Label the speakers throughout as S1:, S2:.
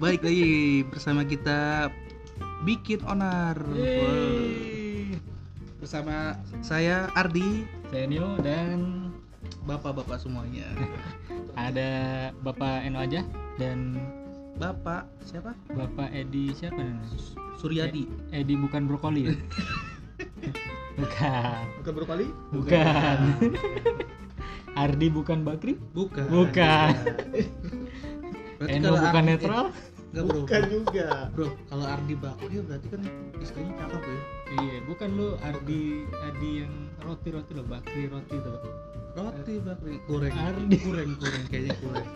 S1: balik lagi bersama kita Bikin Onar. Wow.
S2: Yeay. Bersama
S1: Saya Ardi,
S2: saya Nio dan
S1: bapak-bapak semuanya.
S2: ada Bapak Eno aja dan
S1: Bapak siapa?
S2: Bapak Edi siapa namanya?
S1: Suryadi.
S2: Edi bukan brokoli ya? bukan.
S3: Bukan berkali?
S2: Bukan. Ardi bukan Bakri?
S1: Bukan.
S2: Bukan.
S1: Berarti
S2: Eno
S1: kalau
S2: bukan
S1: Ardi-
S2: netral?
S1: eh, enggak, bro.
S3: Bukan juga.
S1: Bro, kalau Ardi Bakri berarti kan istrinya cakep ya.
S2: Iya, bukan lu Ardi Ardi yang roti-roti loh, Bakri roti tuh.
S1: Roti Bakri goreng.
S2: Ardi.
S1: Goreng goreng kayaknya goreng.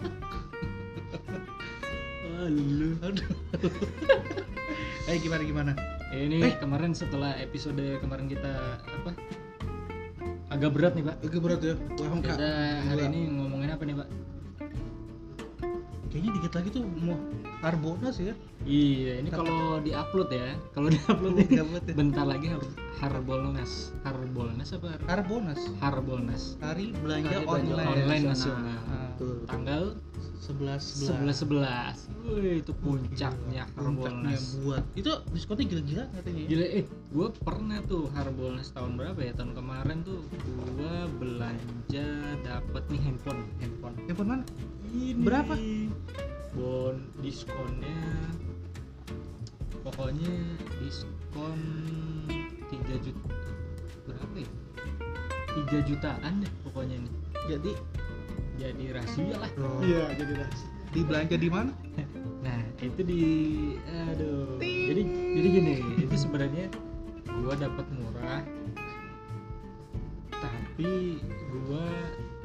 S2: Halo.
S1: Aduh. Eh gimana gimana?
S2: Ini
S1: Eh.
S2: kemarin setelah episode kemarin kita apa? Agak berat nih, Pak.
S1: Oke berat ya. Wah, enggak.
S2: Kita hari
S1: Gila.
S2: ini ngomongin apa nih, Pak?
S1: Kayaknya dikit lagi tuh mau Harbonas ya.
S2: Iya, ini kalau di-upload ya. Kalau di-upload ini
S1: Gabut ya.
S2: bentar lagi harus Harbolnas. Harbolnas apa? Har-
S1: Harbonas.
S2: Harbolnas.
S1: Hari belanja,
S2: Hari belanja
S1: online,
S2: Iya, online nasional.
S1: Ah,
S3: Tuh.
S2: Tanggal
S1: sebelas sebelas
S2: 11 11. Wih, itu puncaknya
S1: puncaknya
S2: Harbolnas.
S1: buat itu diskonnya gila-gila katanya ya?
S2: Gila, eh, gue pernah tuh Harbolnas tahun berapa ya? Tahun kemarin tuh gue belanja dapat nih handphone, handphone.
S1: handphone mana
S2: Ini
S1: Berapa?
S2: Bon diskonnya pokoknya diskon 3 juta berapa ya? 3 jutaan deh pokoknya nih.
S1: jadi
S2: Jadi rahasia lah.
S3: Iya, jadi dah.
S1: dibelanja di mana
S2: Nah, itu di aduh. Jadi jadi gini, itu sebenarnya gua dapat murah. Tapi gua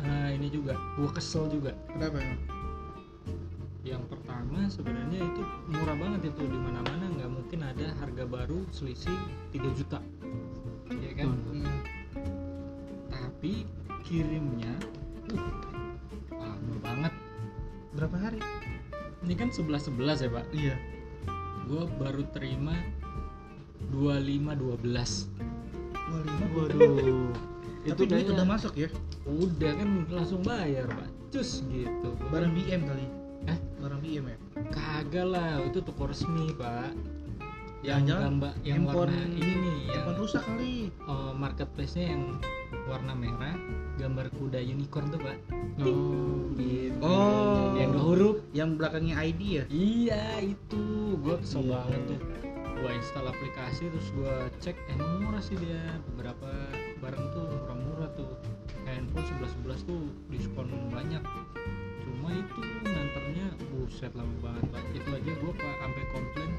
S2: eh, ini juga gua kesel juga.
S1: kenapa ya
S2: yang pertama sebenarnya itu murah banget itu di mana mana nggak mungkin ada harga baru selisih 3 juta ya kan tapi kirimnya
S1: Iya.
S2: uh, lama banget
S1: berapa hari
S2: ini kan 11 11 ya pak
S1: iya
S2: gue baru terima 25 12
S1: dua lima itu
S2: waduh itu
S1: duit
S2: kayaknya
S1: udah masuk ya
S2: udah kan langsung bayar pak cus gitu
S1: barang BM kali
S2: Hah?
S1: barang BM ya
S2: kagak lah itu toko resmi pak yang
S1: Jangan-jangan
S2: gambar yang
S1: handphone-
S2: warna ini nih yang
S1: handphone rusak kali
S2: eh, marketplace-nya yang warna merah gambar kuda unicorn tuh pak Gitu.
S1: Oh.
S2: yang dua huruf
S1: yang belakangnya ID ya
S2: iya itu gue kesel
S1: Iya.
S2: banget tuh gue install aplikasi terus gue cek emang murah sih dia beberapa barang tuh murah-murah tuh handphone 11 11 tuh diskon banyak cuma itu nganternya buset lama banget pak itu aja gue pak sampai komplain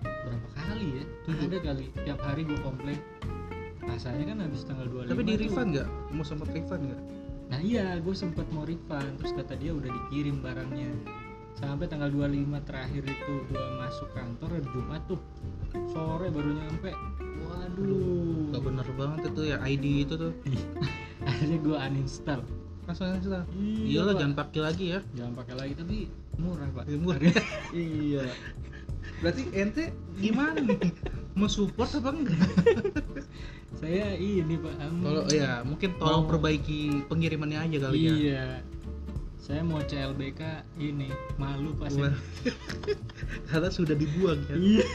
S2: berapa kali ya
S1: Tujuh.
S2: ada kali tiap hari gue komplain rasanya kan habis tanggal 25
S1: tapi di
S2: tuh-
S1: refund nggak mau sempat refund nggak
S2: Nah iya, gue sempet mau refund, terus kata dia udah dikirim barangnya. Sampai tanggal 25 terakhir itu gue masuk kantor hari Jumat tuh. Sore baru nyampe. Waduh.
S1: nggak bener banget itu ya ID itu tuh
S2: Akhirnya gue uninstall.
S1: langsung aja
S2: Iya
S1: iyalah jangan pakai lagi ya
S2: Jangan pakai lagi tapi murah, Pak.
S1: Ya, murah.
S3: Iya.
S1: berarti ente gimana nih mau support apa enggak
S2: Saya ini, Pak. em,
S1: Kalau ya mungkin tolong
S2: Mau-
S1: perbaiki pengirimannya aja kali ya.
S2: Iya. Saya mau CLBK ini, malu Pak saya.
S1: Wah. Karena sudah dibuang ya.
S2: Iya.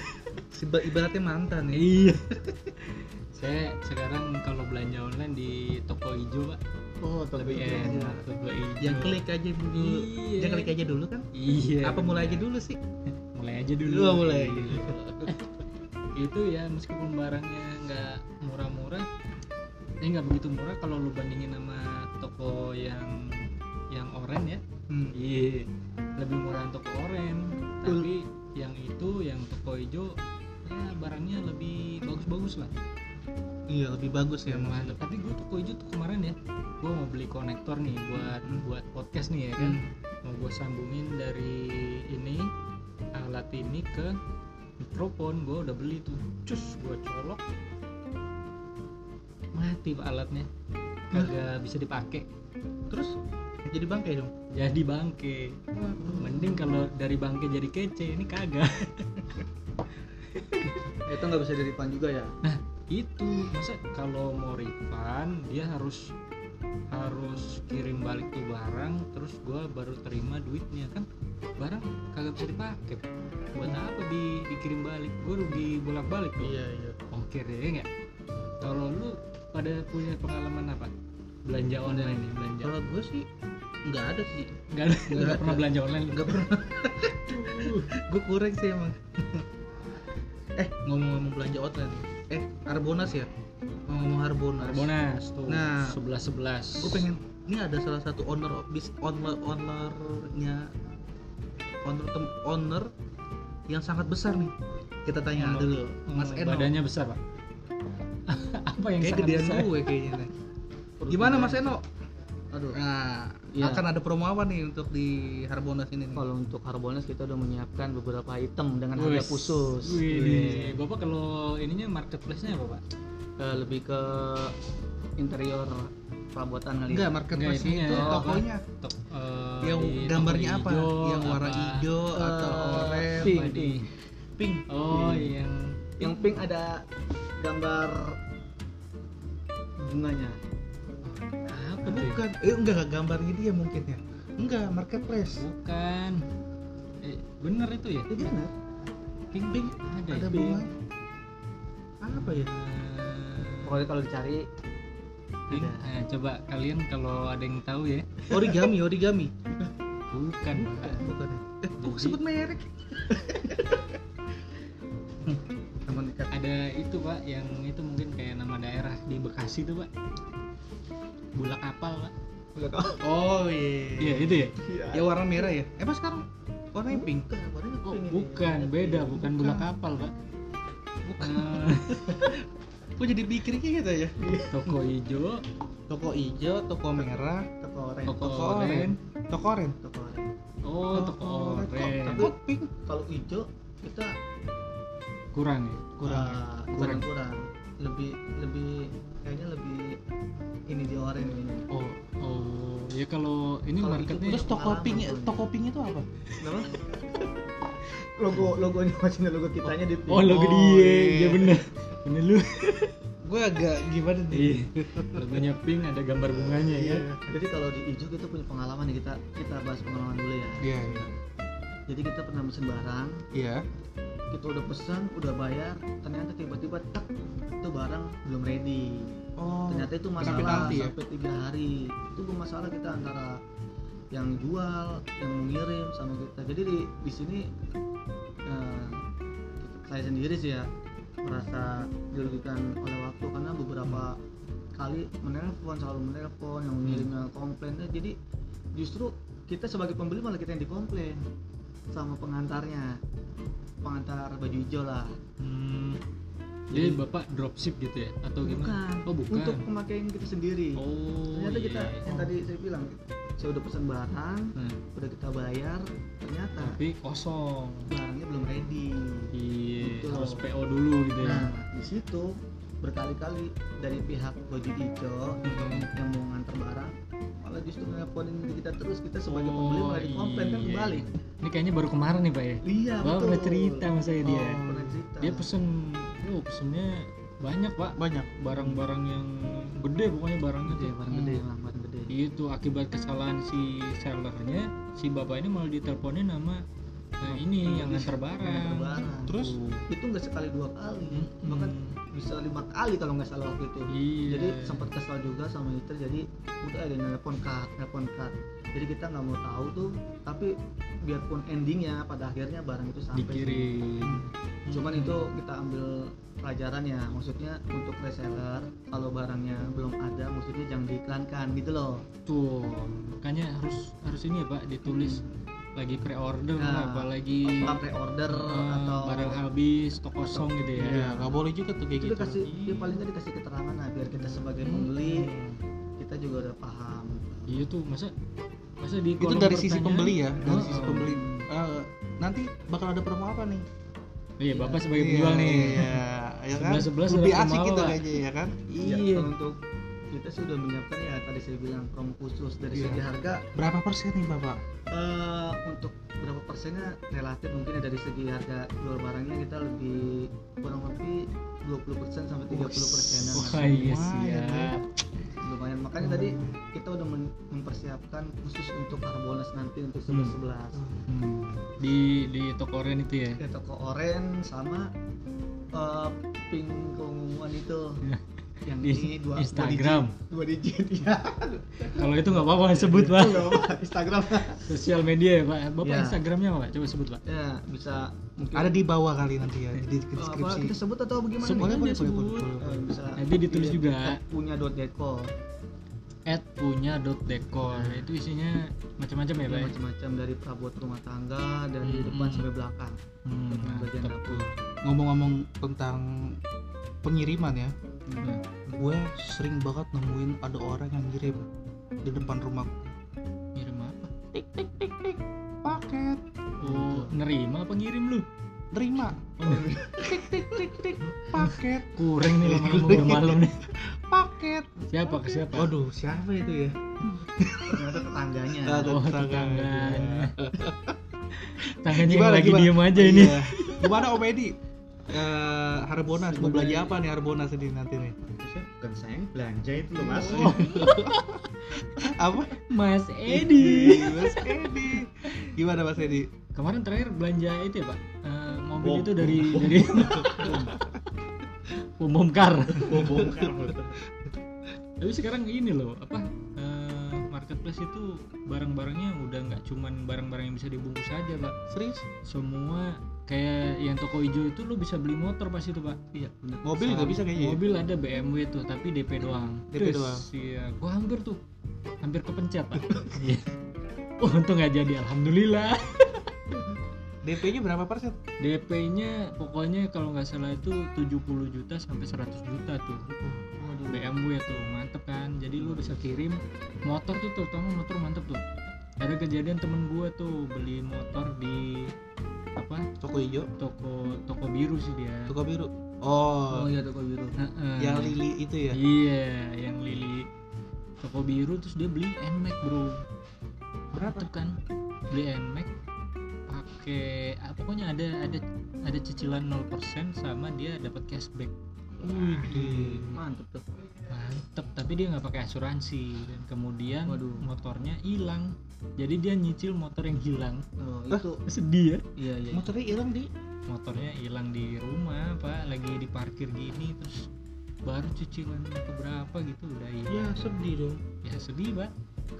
S1: Siba- Ibaratnya mantan ya.
S2: Iya. saya sekarang kalau belanja online di toko hijau, Pak.
S3: Oh, tapi
S1: ya.
S2: lebih enak toko hijau
S1: Jangan klik aja dulu.
S2: Iya.
S1: Jangan klik aja dulu kan.
S2: iya
S1: Apa mulai aja dulu sih?
S2: mulai aja dulu Iya.
S1: Oh, mulai.
S2: itu ya meskipun barangnya nggak murah-murah ini nggak begitu murah kalau lu bandingin sama toko yang yang oren ya
S1: Hmm.
S2: iya lebih murahan toko oren tapi yang itu yang toko hijau ya barangnya lebih bagus-bagus lah
S1: Iya lebih bagus ya
S2: yang
S1: mas.
S2: mantep. tapi gue toko hijau tuh kemarin ya gue mau beli konektor nih buat buat podcast nih ya kan
S1: Hmm.
S2: mau gue sambungin dari ini alat ini ke mikrofon gue udah beli tuh cus gue colok mati pak alatnya kagak bisa dipakai
S1: Terus jadi bangkai dong.
S2: jadi bangke mending kalau dari bangke jadi kece ini kagak
S3: Itu nggak bisa dari pan juga ya.
S1: Nah,
S2: itu Gitu. masa kalau mau refund dia harus harus kirim balik tuh barang terus gua baru terima duitnya kan barang kagak bisa dipakai buat apa di dikirim balik gue rugi bolak balik dong
S3: iya iya
S2: ongkir ya nggak kalau lu pada punya pengalaman apa belanja online nih belanja
S1: kalau gue sih nggak ada sih
S2: nggak ada- nggak
S1: Nggak
S2: pernah
S1: ada.
S2: belanja online
S1: nggak pernah gue kurang sih emang eh ngomong-ngomong belanja outlet nih. eh Harbonas ya ngomong Harbonas
S2: Harbonas tuh
S1: Nah,
S2: sebelas sebelas
S1: gue pengen ini ada salah satu owner of bis owner ownernya owner tem, owner yang sangat besar nih kita tanya
S2: Owner-
S1: dulu Mas Eno
S2: Hmm, badannya besar pak apa yang
S1: kayak
S2: sangat
S1: gedean
S2: besar
S1: gue kayaknya nih. gimana Mas Eno
S3: aduh
S1: nah
S3: Iya.
S1: akan ada promo apa nih untuk di Harbonas ini nih?
S3: kalau untuk Harbolnas kita udah menyiapkan beberapa item
S1: Kan
S3: dengan harga
S2: Wis.
S3: khusus
S1: Iya.
S2: Wih,
S3: Wih.
S2: Eh, bapak kalau ininya marketplace-nya apa pak
S3: Eh, lebih ke interior perabotan kali
S1: enggak
S3: ya
S1: marketplace
S2: Enggak, ininya
S1: itu
S2: ya, apa?
S1: tokonya
S2: Tok, eh,
S1: yang
S2: di toko
S1: gambarnya apa
S2: hijau,
S1: yang warna
S2: apa?
S1: hijau Iya, gitu. atau
S3: Eh,
S1: oranye
S3: pink,
S1: apa di-
S3: pink.
S1: pink
S2: oh
S3: Pink.
S1: Iya.
S2: yang
S3: yang pink ada gambar bunganya
S2: apa tuh
S1: bukan eh enggak enggak gambarnya dia mungkin ya enggak marketplace
S2: bukan eh, bener itu ya
S3: itu Iya, benar
S2: pink
S1: Pink.
S2: ada,
S1: ada
S2: ya?
S1: bunga apa ya
S2: Eh,
S3: pokoknya kalau dicari
S2: pink.
S3: ada.
S2: Nah, coba kalian kalau ada yang tahu ya
S1: origami origami
S2: bukan Pak.
S1: bukan ya? eh kok
S2: Jadi-
S1: sebut merek Hmm, sama dekat
S2: ada itu pak yang itu mungkin kayak nama daerah di Bekasi tuh pak bulak kapal pak
S1: oh iya
S2: iya itu ya
S1: ya warna merah ya eh pas sekarang warnanya pink warnanya
S2: Oh, bukan beda bukan bulak kapal pak bukan
S1: kok jadi pikir kayak gitu ya
S2: Eh, toko hijau
S1: toko hijau toko merah
S3: toko oren
S2: Eh, toko
S1: Toko
S2: oren
S1: toko oranye
S3: toko oren
S2: oh toko oren
S1: tapi pink
S3: kalau hijau kita
S2: kurang ya
S1: kurang ya?
S3: Ah,
S2: Kurang.
S3: kurang kurang lebih lebih kayaknya lebih ini di oren ini
S2: oh oh ya kalau ini
S3: Kalau
S2: marketnya ya?
S1: terus toko
S3: pengalaman
S1: pink
S3: punya.
S1: toko pink itu apa
S3: Kenapa? logo logonya masih logo kitanya di
S2: oh
S1: Oh,
S2: lo gede
S1: iya.
S2: ya bener bener lu
S1: gue agak gimana nih
S2: Iya. logonya pink ada gambar bunganya ya
S3: jadi kalau di hijau kita punya pengalaman nih, kita kita bahas pengalaman dulu ya
S1: iya
S3: jadi kita pernah pesen barang
S1: iya
S3: kita udah pesan udah bayar ternyata tiba-tiba tak itu barang belum ready
S1: oh
S3: ternyata itu masalah
S1: penalti ya?
S3: sampai tiga hari itu bermasalah kita antara yang jual yang mau ngirim sama kita jadi di di sini eh, saya sendiri sih ya merasa dirugikan oleh waktu karena beberapa kali menelpon selalu menelpon yang ngirimnya komplain Eh, jadi justru kita sebagai pembeli malah kita yang dikomplain sama pengantarnya pengantar baju hijau lah
S2: Hmm, jadi bapak dropship gitu ya atau gimana
S3: bukan,
S2: oh bukan
S3: untuk pemakaian kita sendiri
S2: oh
S3: ternyata
S2: iya,
S3: kita
S2: iya.
S3: yang tadi saya bilang saya udah pesan barang
S2: Nah,
S3: udah kita bayar ternyata
S2: tapi kosong
S3: barangnya belum ready
S2: iya
S3: Betul.
S2: harus PO dulu gitu ya
S3: nah di situ berkali-kali dari pihak baju hijau
S2: Hmm.
S3: yang mau nganter barang malah justru nelponin kita terus kita sebagai
S2: Oh,
S3: pembeli malah dikomplain kan
S2: iya,
S3: kembali
S2: ini kayaknya baru kemarin nih pak ya
S3: iya
S2: bapak
S3: betul
S2: pernah cerita sama saya dia
S3: Oh, pernah cerita
S2: dia pesen lu pesennya banyak pak
S1: banyak
S2: barang-barang yang gede pokoknya barangnya
S3: gede
S2: tuh
S3: barang gede
S2: Hmm.
S3: lah barang gede
S2: itu akibat kesalahan si sellernya si bapak ini malah diteleponin sama eh, ini yang nganter
S3: Nganter
S2: barang
S3: barang.
S1: Terus?
S3: itu nggak sekali dua kali
S2: Hmm.
S3: bahkan bisa lima kali kalau nggak salah waktu itu
S2: iya
S3: jadi sempat kesal juga sama Inter jadi udah ada nelpon cut nelpon cut jadi kita nggak mau tahu tuh tapi biarpun endingnya pada akhirnya barang itu sampai
S2: dikirim Hmm.
S3: sih. cuman itu kita ambil pelajaran ya maksudnya untuk reseller kalau barangnya belum ada maksudnya jangan diiklankan gitu loh
S2: tuh makanya harus harus ini ya pak ditulis lagi pre-order
S3: Nah,
S2: apalagi
S3: Apa pre-order
S2: eh,
S3: atau
S2: Iya. barang habis stok kosong gitu ya
S1: Iya, nggak boleh juga tuh kayak
S3: kita
S1: gitu.
S3: kasih ya
S2: Iya.
S3: paling nggak dikasih keterangan lah biar kita sebagai
S2: Hmm.
S3: pembeli kita juga udah paham
S2: iya tuh masa masa di
S1: Itu
S2: kolom
S1: dari sisi
S2: pertanyaan-
S1: pembeli ya, dari sisi
S2: Oh.
S1: pembeli. Eh, nanti bakal ada promo apa nih?
S2: iya bapak sebagai
S1: Iya,
S2: penjual nih
S1: Iya, ya kan?
S2: Sebelas-sebelas
S1: Lebih
S2: ada
S1: asik
S2: promo
S1: gitu
S2: apa?
S1: kayaknya ya kan?
S3: Ya,
S2: Iya.
S3: kalau untuk kita sih udah menyiapkan ya tadi saya bilang promo khusus dari
S1: Iya.
S3: segi harga
S1: Berapa persen nih Bapak?
S3: eh, untuk berapa persennya relatif mungkin ya dari segi harga jual barangnya kita lebih kurang lebih 20% sampai 30 persenan
S2: wah iya
S1: Lumayan,
S2: siap Hmm.
S3: lumayan makanya Kan tadi kita kita udah men- mempersiapkan khusus untuk Harbolnas nanti untuk 11 11
S2: Hmm. di di toko Oren itu ya
S3: ya toko oren sama eh, pink keunguan itu
S2: Ya.
S3: yang
S2: Di
S3: ini dua
S2: Instagram.
S3: dua digit, Iya. dua digit ya
S2: kalau itu nggak apa-apa sebut pak
S3: Itu nggak apa-apa, Instagram
S2: sosial media ya pak bapak
S3: Ya.
S2: Instagramnya apa pak coba sebut pak
S3: ya bisa mungkin
S2: Iya.
S1: Ada di bawah kali nanti ya di
S3: Eh, apa, kita
S1: deskripsi.
S3: sebut atau bagaimana
S2: Sebut
S1: Boleh,
S3: nih?
S1: boleh, boleh,
S2: sebut.
S1: boleh, boleh,
S3: Eh,
S1: boleh.
S3: bisa
S2: Nanti ditulis
S3: di-
S2: juga. Iya,
S3: at punya dot deco
S2: at punya dekor itu isinya macam-macam ya
S3: Ya,
S2: pak ya?
S3: macam-macam dari perabot rumah tangga dari
S2: Hmm.
S3: depan sampai belakang
S2: Hmm,
S3: Tentang bagian
S2: mantap
S3: dapur.
S2: tuh.
S1: Ngomong-ngomong tentang pengiriman ya,
S2: Nah,
S1: gue sering banget nemuin ada orang yang ngirim di depan rumah
S2: ngirim apa
S1: paket
S2: oh nerima apa ngirim lu
S1: terima
S2: Oh,
S1: paket
S2: kurang nih lama-lama udah malam nih
S1: paket
S2: siapa ke siapa
S1: waduh siapa itu ya
S3: ternyata tetangganya
S2: Oh, tetangganya. tangannya yang
S1: Gimana,
S2: lagi
S1: gimana?
S2: diem aja
S1: Iya.
S2: ini
S1: gimana Om Edi Eh, Harbonas mau
S2: Sebagai-
S1: belanja apa nih Harbonas ini nanti nih
S4: Maksudnya bukan saya yang belanja itu loh mas
S3: Oh.
S1: apa
S2: Mas Edi
S1: Mas Edi gimana Mas Edi
S2: kemarin terakhir belanja itu ya pak Eh, mobil
S4: Bom.
S2: itu dari dari umum car
S4: Gua bongkar loh.
S2: tapi sekarang ini loh apa eh, marketplace itu barang-barangnya udah nggak cuman barang-barang yang bisa dibungkus aja pak
S1: serius
S2: semua kayak yang toko hijau itu lu bisa beli motor pas itu pak
S3: iya benar
S1: mobil nggak bisa kayaknya ya?
S2: mobil ada BMW tuh tapi DP doang
S1: DP
S2: Terus,
S1: doang.
S2: iya gua hampir tuh hampir kepencet pak iya Oh, untung nggak jadi alhamdulillah
S1: DP-nya berapa persen
S2: DP-nya pokoknya kalau nggak salah itu 70 juta sampai 100 juta tuh BMW tuh mantep kan jadi lu bisa kirim motor tuh terutama motor mantep tuh ada kejadian temen gua tuh beli motor di apa
S1: toko hijau
S2: toko toko biru sih dia
S1: toko biru
S3: oh
S1: oh,
S3: iya toko biru
S2: Heeh.
S1: yang lili itu ya
S2: iya yang lili toko biru terus dia beli nmax bro
S1: Berapa?
S2: Mantep kan beli nmax pakai ah, pokoknya ada ada ada cicilan 0% sama dia dapat cashback
S1: Widih.
S3: mantep tuh
S2: mantep tapi dia nggak pakai asuransi dan kemudian
S3: Waduh.
S2: motornya hilang jadi dia nyicil motor yang hilang
S3: oh,
S1: Hah?
S3: itu
S2: sedih ya
S3: iya iya
S1: motornya hilang di
S2: motornya hilang di rumah pak lagi di parkir gini terus baru cicilannya keberapa gitu udah hilang
S1: sedih dong
S2: ya sedih pak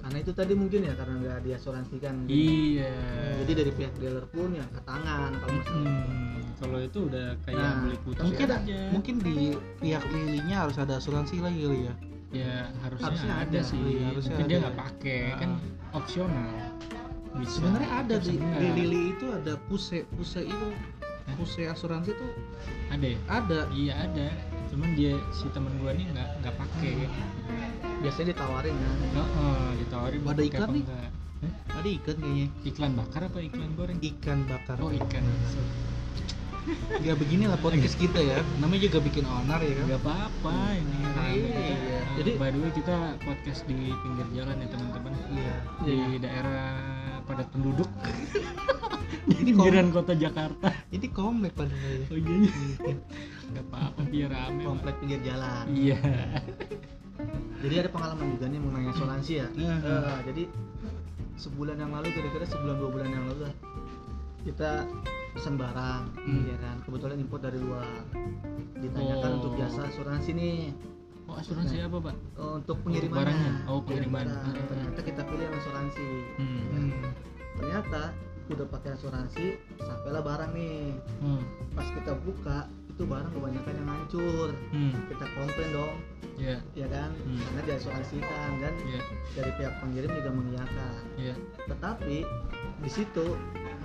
S3: karena itu tadi mungkin ya karena nggak diasuransikan
S2: iya
S3: jadi dari pihak dealer pun yang angkat tangan kalau masalah
S2: Hmm, kalau itu udah kayak
S3: Nah,
S2: beli kucing
S1: mungkin
S2: aja
S1: mungkin di pihak lilinya harus ada asuransi lagi kali ya
S2: ya harusnya,
S3: Harusnya
S2: ada,
S3: ada.
S2: sih
S1: Iya, harusnya
S2: mungkin dia
S1: ada. Nah.
S2: nggak pakai kan opsional bisa
S1: sebenarnya ada
S2: terus
S1: di,
S2: enggak.
S1: di Lili itu ada puse puse itu puse asuransi itu
S2: ada ya
S1: ada
S2: iya ada cuman dia si temen gua nih nggak nggak pakai
S3: biasanya ditawarin kan
S2: Heeh, ditawarin
S1: Ada
S2: pakai
S1: ikan
S2: apa
S1: nih?
S2: enggak.
S1: ada ikan kayaknya
S2: iklan bakar apa iklan goreng
S1: ikan bakar
S2: oh ikan
S1: ya beginilah podcast kita ya namanya juga bikin onar ya kan
S2: nggak apa-apa ini rame kita. jadi
S1: Iya. Jadi-
S2: by the way kita podcast di pinggir jalan ya teman-teman
S1: iya
S2: di daerah padat penduduk
S1: ini kom
S2: pinggiran kota Jakarta
S1: ini komplek padahal ya
S2: oh iya nggak apa-apa biar rame Pak.
S3: komplek pinggir jalan
S2: iya
S3: jadi ada pengalaman juga nih mengenai asuransi ya
S1: Nah,
S2: Mm-hmm.
S3: Eh, jadi sebulan yang lalu kira-kira sebulan dua bulan yang lalu lah kita pesan barang
S2: Hmm.
S3: ya kan kebetulan impor dari luar ditanyakan
S2: Oh.
S3: untuk jasa asuransi nih
S2: oh asuransi apa pak
S3: eh, untuk
S2: Oh, barangnya.
S3: pengirimannya
S2: Oh,
S3: Kirim
S2: pengiriman.
S3: barang.
S2: Ah.
S3: ternyata kita pilih yang asuransi
S2: hmm.
S1: hmm.
S3: ternyata udah pakai asuransi sampailah barang nih
S2: Hmm.
S3: pas kita buka itu barang kebanyakan yang hancur
S2: Hmm.
S3: kita komplain dong
S2: ya
S3: ya kan
S2: Hmm.
S3: karena diasuransikan dan
S2: ya
S3: dari pihak pengirim juga mengiyakan
S2: ya
S3: tetapi di situ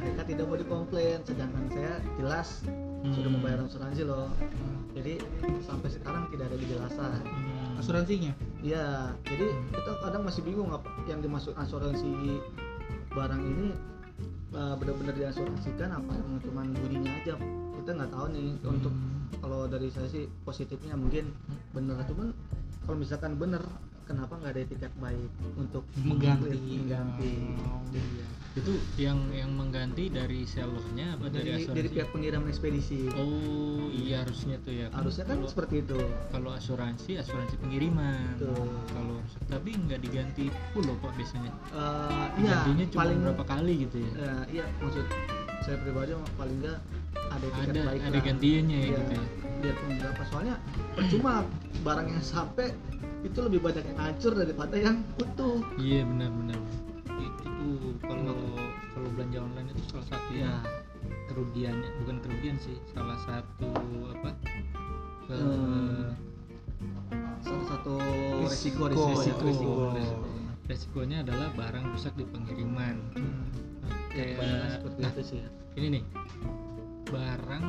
S3: mereka tidak mau dikomplain sedangkan saya jelas sudah
S2: Hmm.
S3: membayar asuransi loh jadi sampai sekarang tidak ada kejelasan
S2: Hmm.
S1: asuransinya
S3: ya jadi kita kadang masih bingung apa yang dimaksud asuransi barang ini eh, benar-benar diasuransikan apa yang cuman bunyinya aja kita nggak tahu nih
S2: Hmm.
S3: untuk kalau dari saya sih positifnya mungkin bener cuman kalau misalkan bener kenapa nggak ada tiket baik untuk
S5: Mengganti.
S3: mengganti
S2: Oh, iya. itu yang yang mengganti dari sellernya apa Oh, dari,
S3: dari,
S2: asuransi
S3: dari pihak pengirim ekspedisi
S2: oh iya harusnya tuh ya
S3: harusnya kan
S2: Kalau-
S3: seperti itu
S2: kalau asuransi asuransi pengiriman
S3: Betul.
S2: kalau tapi nggak diganti full loh pak biasanya
S3: Eh, iya
S2: gantinya cuma
S3: paling
S2: berapa kali gitu ya
S3: eh, iya maksud saya pribadi mah paling nggak ada tiket
S2: ada
S3: baik
S2: ada
S3: lah.
S2: gantiannya ya,
S3: Iya,
S2: gitu ya
S3: biar beberapa soalnya percuma barang yang sampai itu lebih banyak yang hancur daripada yang utuh
S2: iya benar benar Iya. itu tuh kalau kalau belanja online itu salah satu ya kerugiannya bukan kerugian sih salah satu apa eh,
S3: Hmm. salah satu
S5: Risiko,
S2: resiko.
S3: resiko resiko, resiko.
S5: Resiko.
S2: resikonya adalah barang rusak di pengiriman
S3: Hmm. Ya,
S2: Kayak-
S3: kebanyakan seperti itu sih ya.
S2: ini nih barang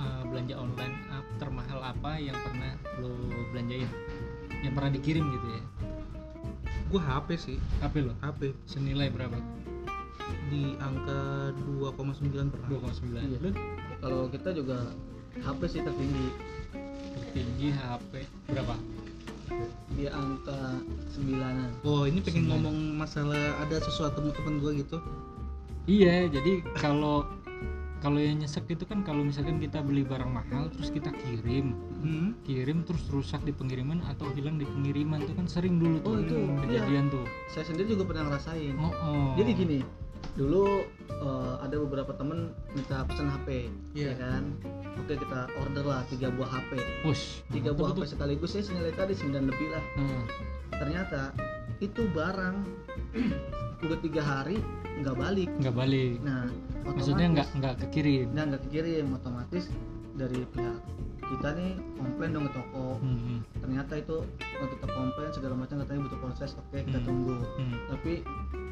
S2: eh, belanja online ap- termahal apa yang pernah lo belanjain yang pernah dikirim gitu ya
S1: Gue HP sih,
S2: HP lo
S1: HP
S2: senilai berapa
S1: di angka 2,9 per
S2: 2,9
S3: Iya.
S2: Lo
S3: kalau kita juga HP sih tertinggi
S2: tertinggi HP berapa
S3: di angka sembilanan
S1: Oh ini pengen
S2: Sembilan.
S1: ngomong masalah ada sesuatu sama temen gue gitu
S2: iya jadi kalau kalau yang nyesek itu kan kalau misalkan kita beli barang mahal terus kita kirim
S1: hmm?
S2: kirim terus rusak di pengiriman atau hilang di pengiriman itu kan sering dulu tuh
S3: Oh, itu, iya.
S2: kejadian tuh
S3: saya sendiri juga pernah ngerasain
S2: oh, oh.
S3: jadi gini dulu eh, ada beberapa temen minta pesan HP
S2: Iya.
S3: ya
S1: Iya.
S3: kan oke kita order lah tiga buah HP
S2: push
S3: tiga buah HP sekaligus saya senilai tadi 9 lebih lah
S2: Nah,
S3: ternyata itu barang udah tiga hari nggak balik
S2: nggak balik
S3: nah otomatis
S2: maksudnya nggak nggak kekirim
S3: nah nggak kekirim otomatis dari pihak kita nih komplain dong ke toko
S2: Hmm,
S3: ternyata itu kalau kita komplain segala macam katanya butuh proses oke kita
S2: Hmm.
S3: tunggu
S2: hmm,
S3: tapi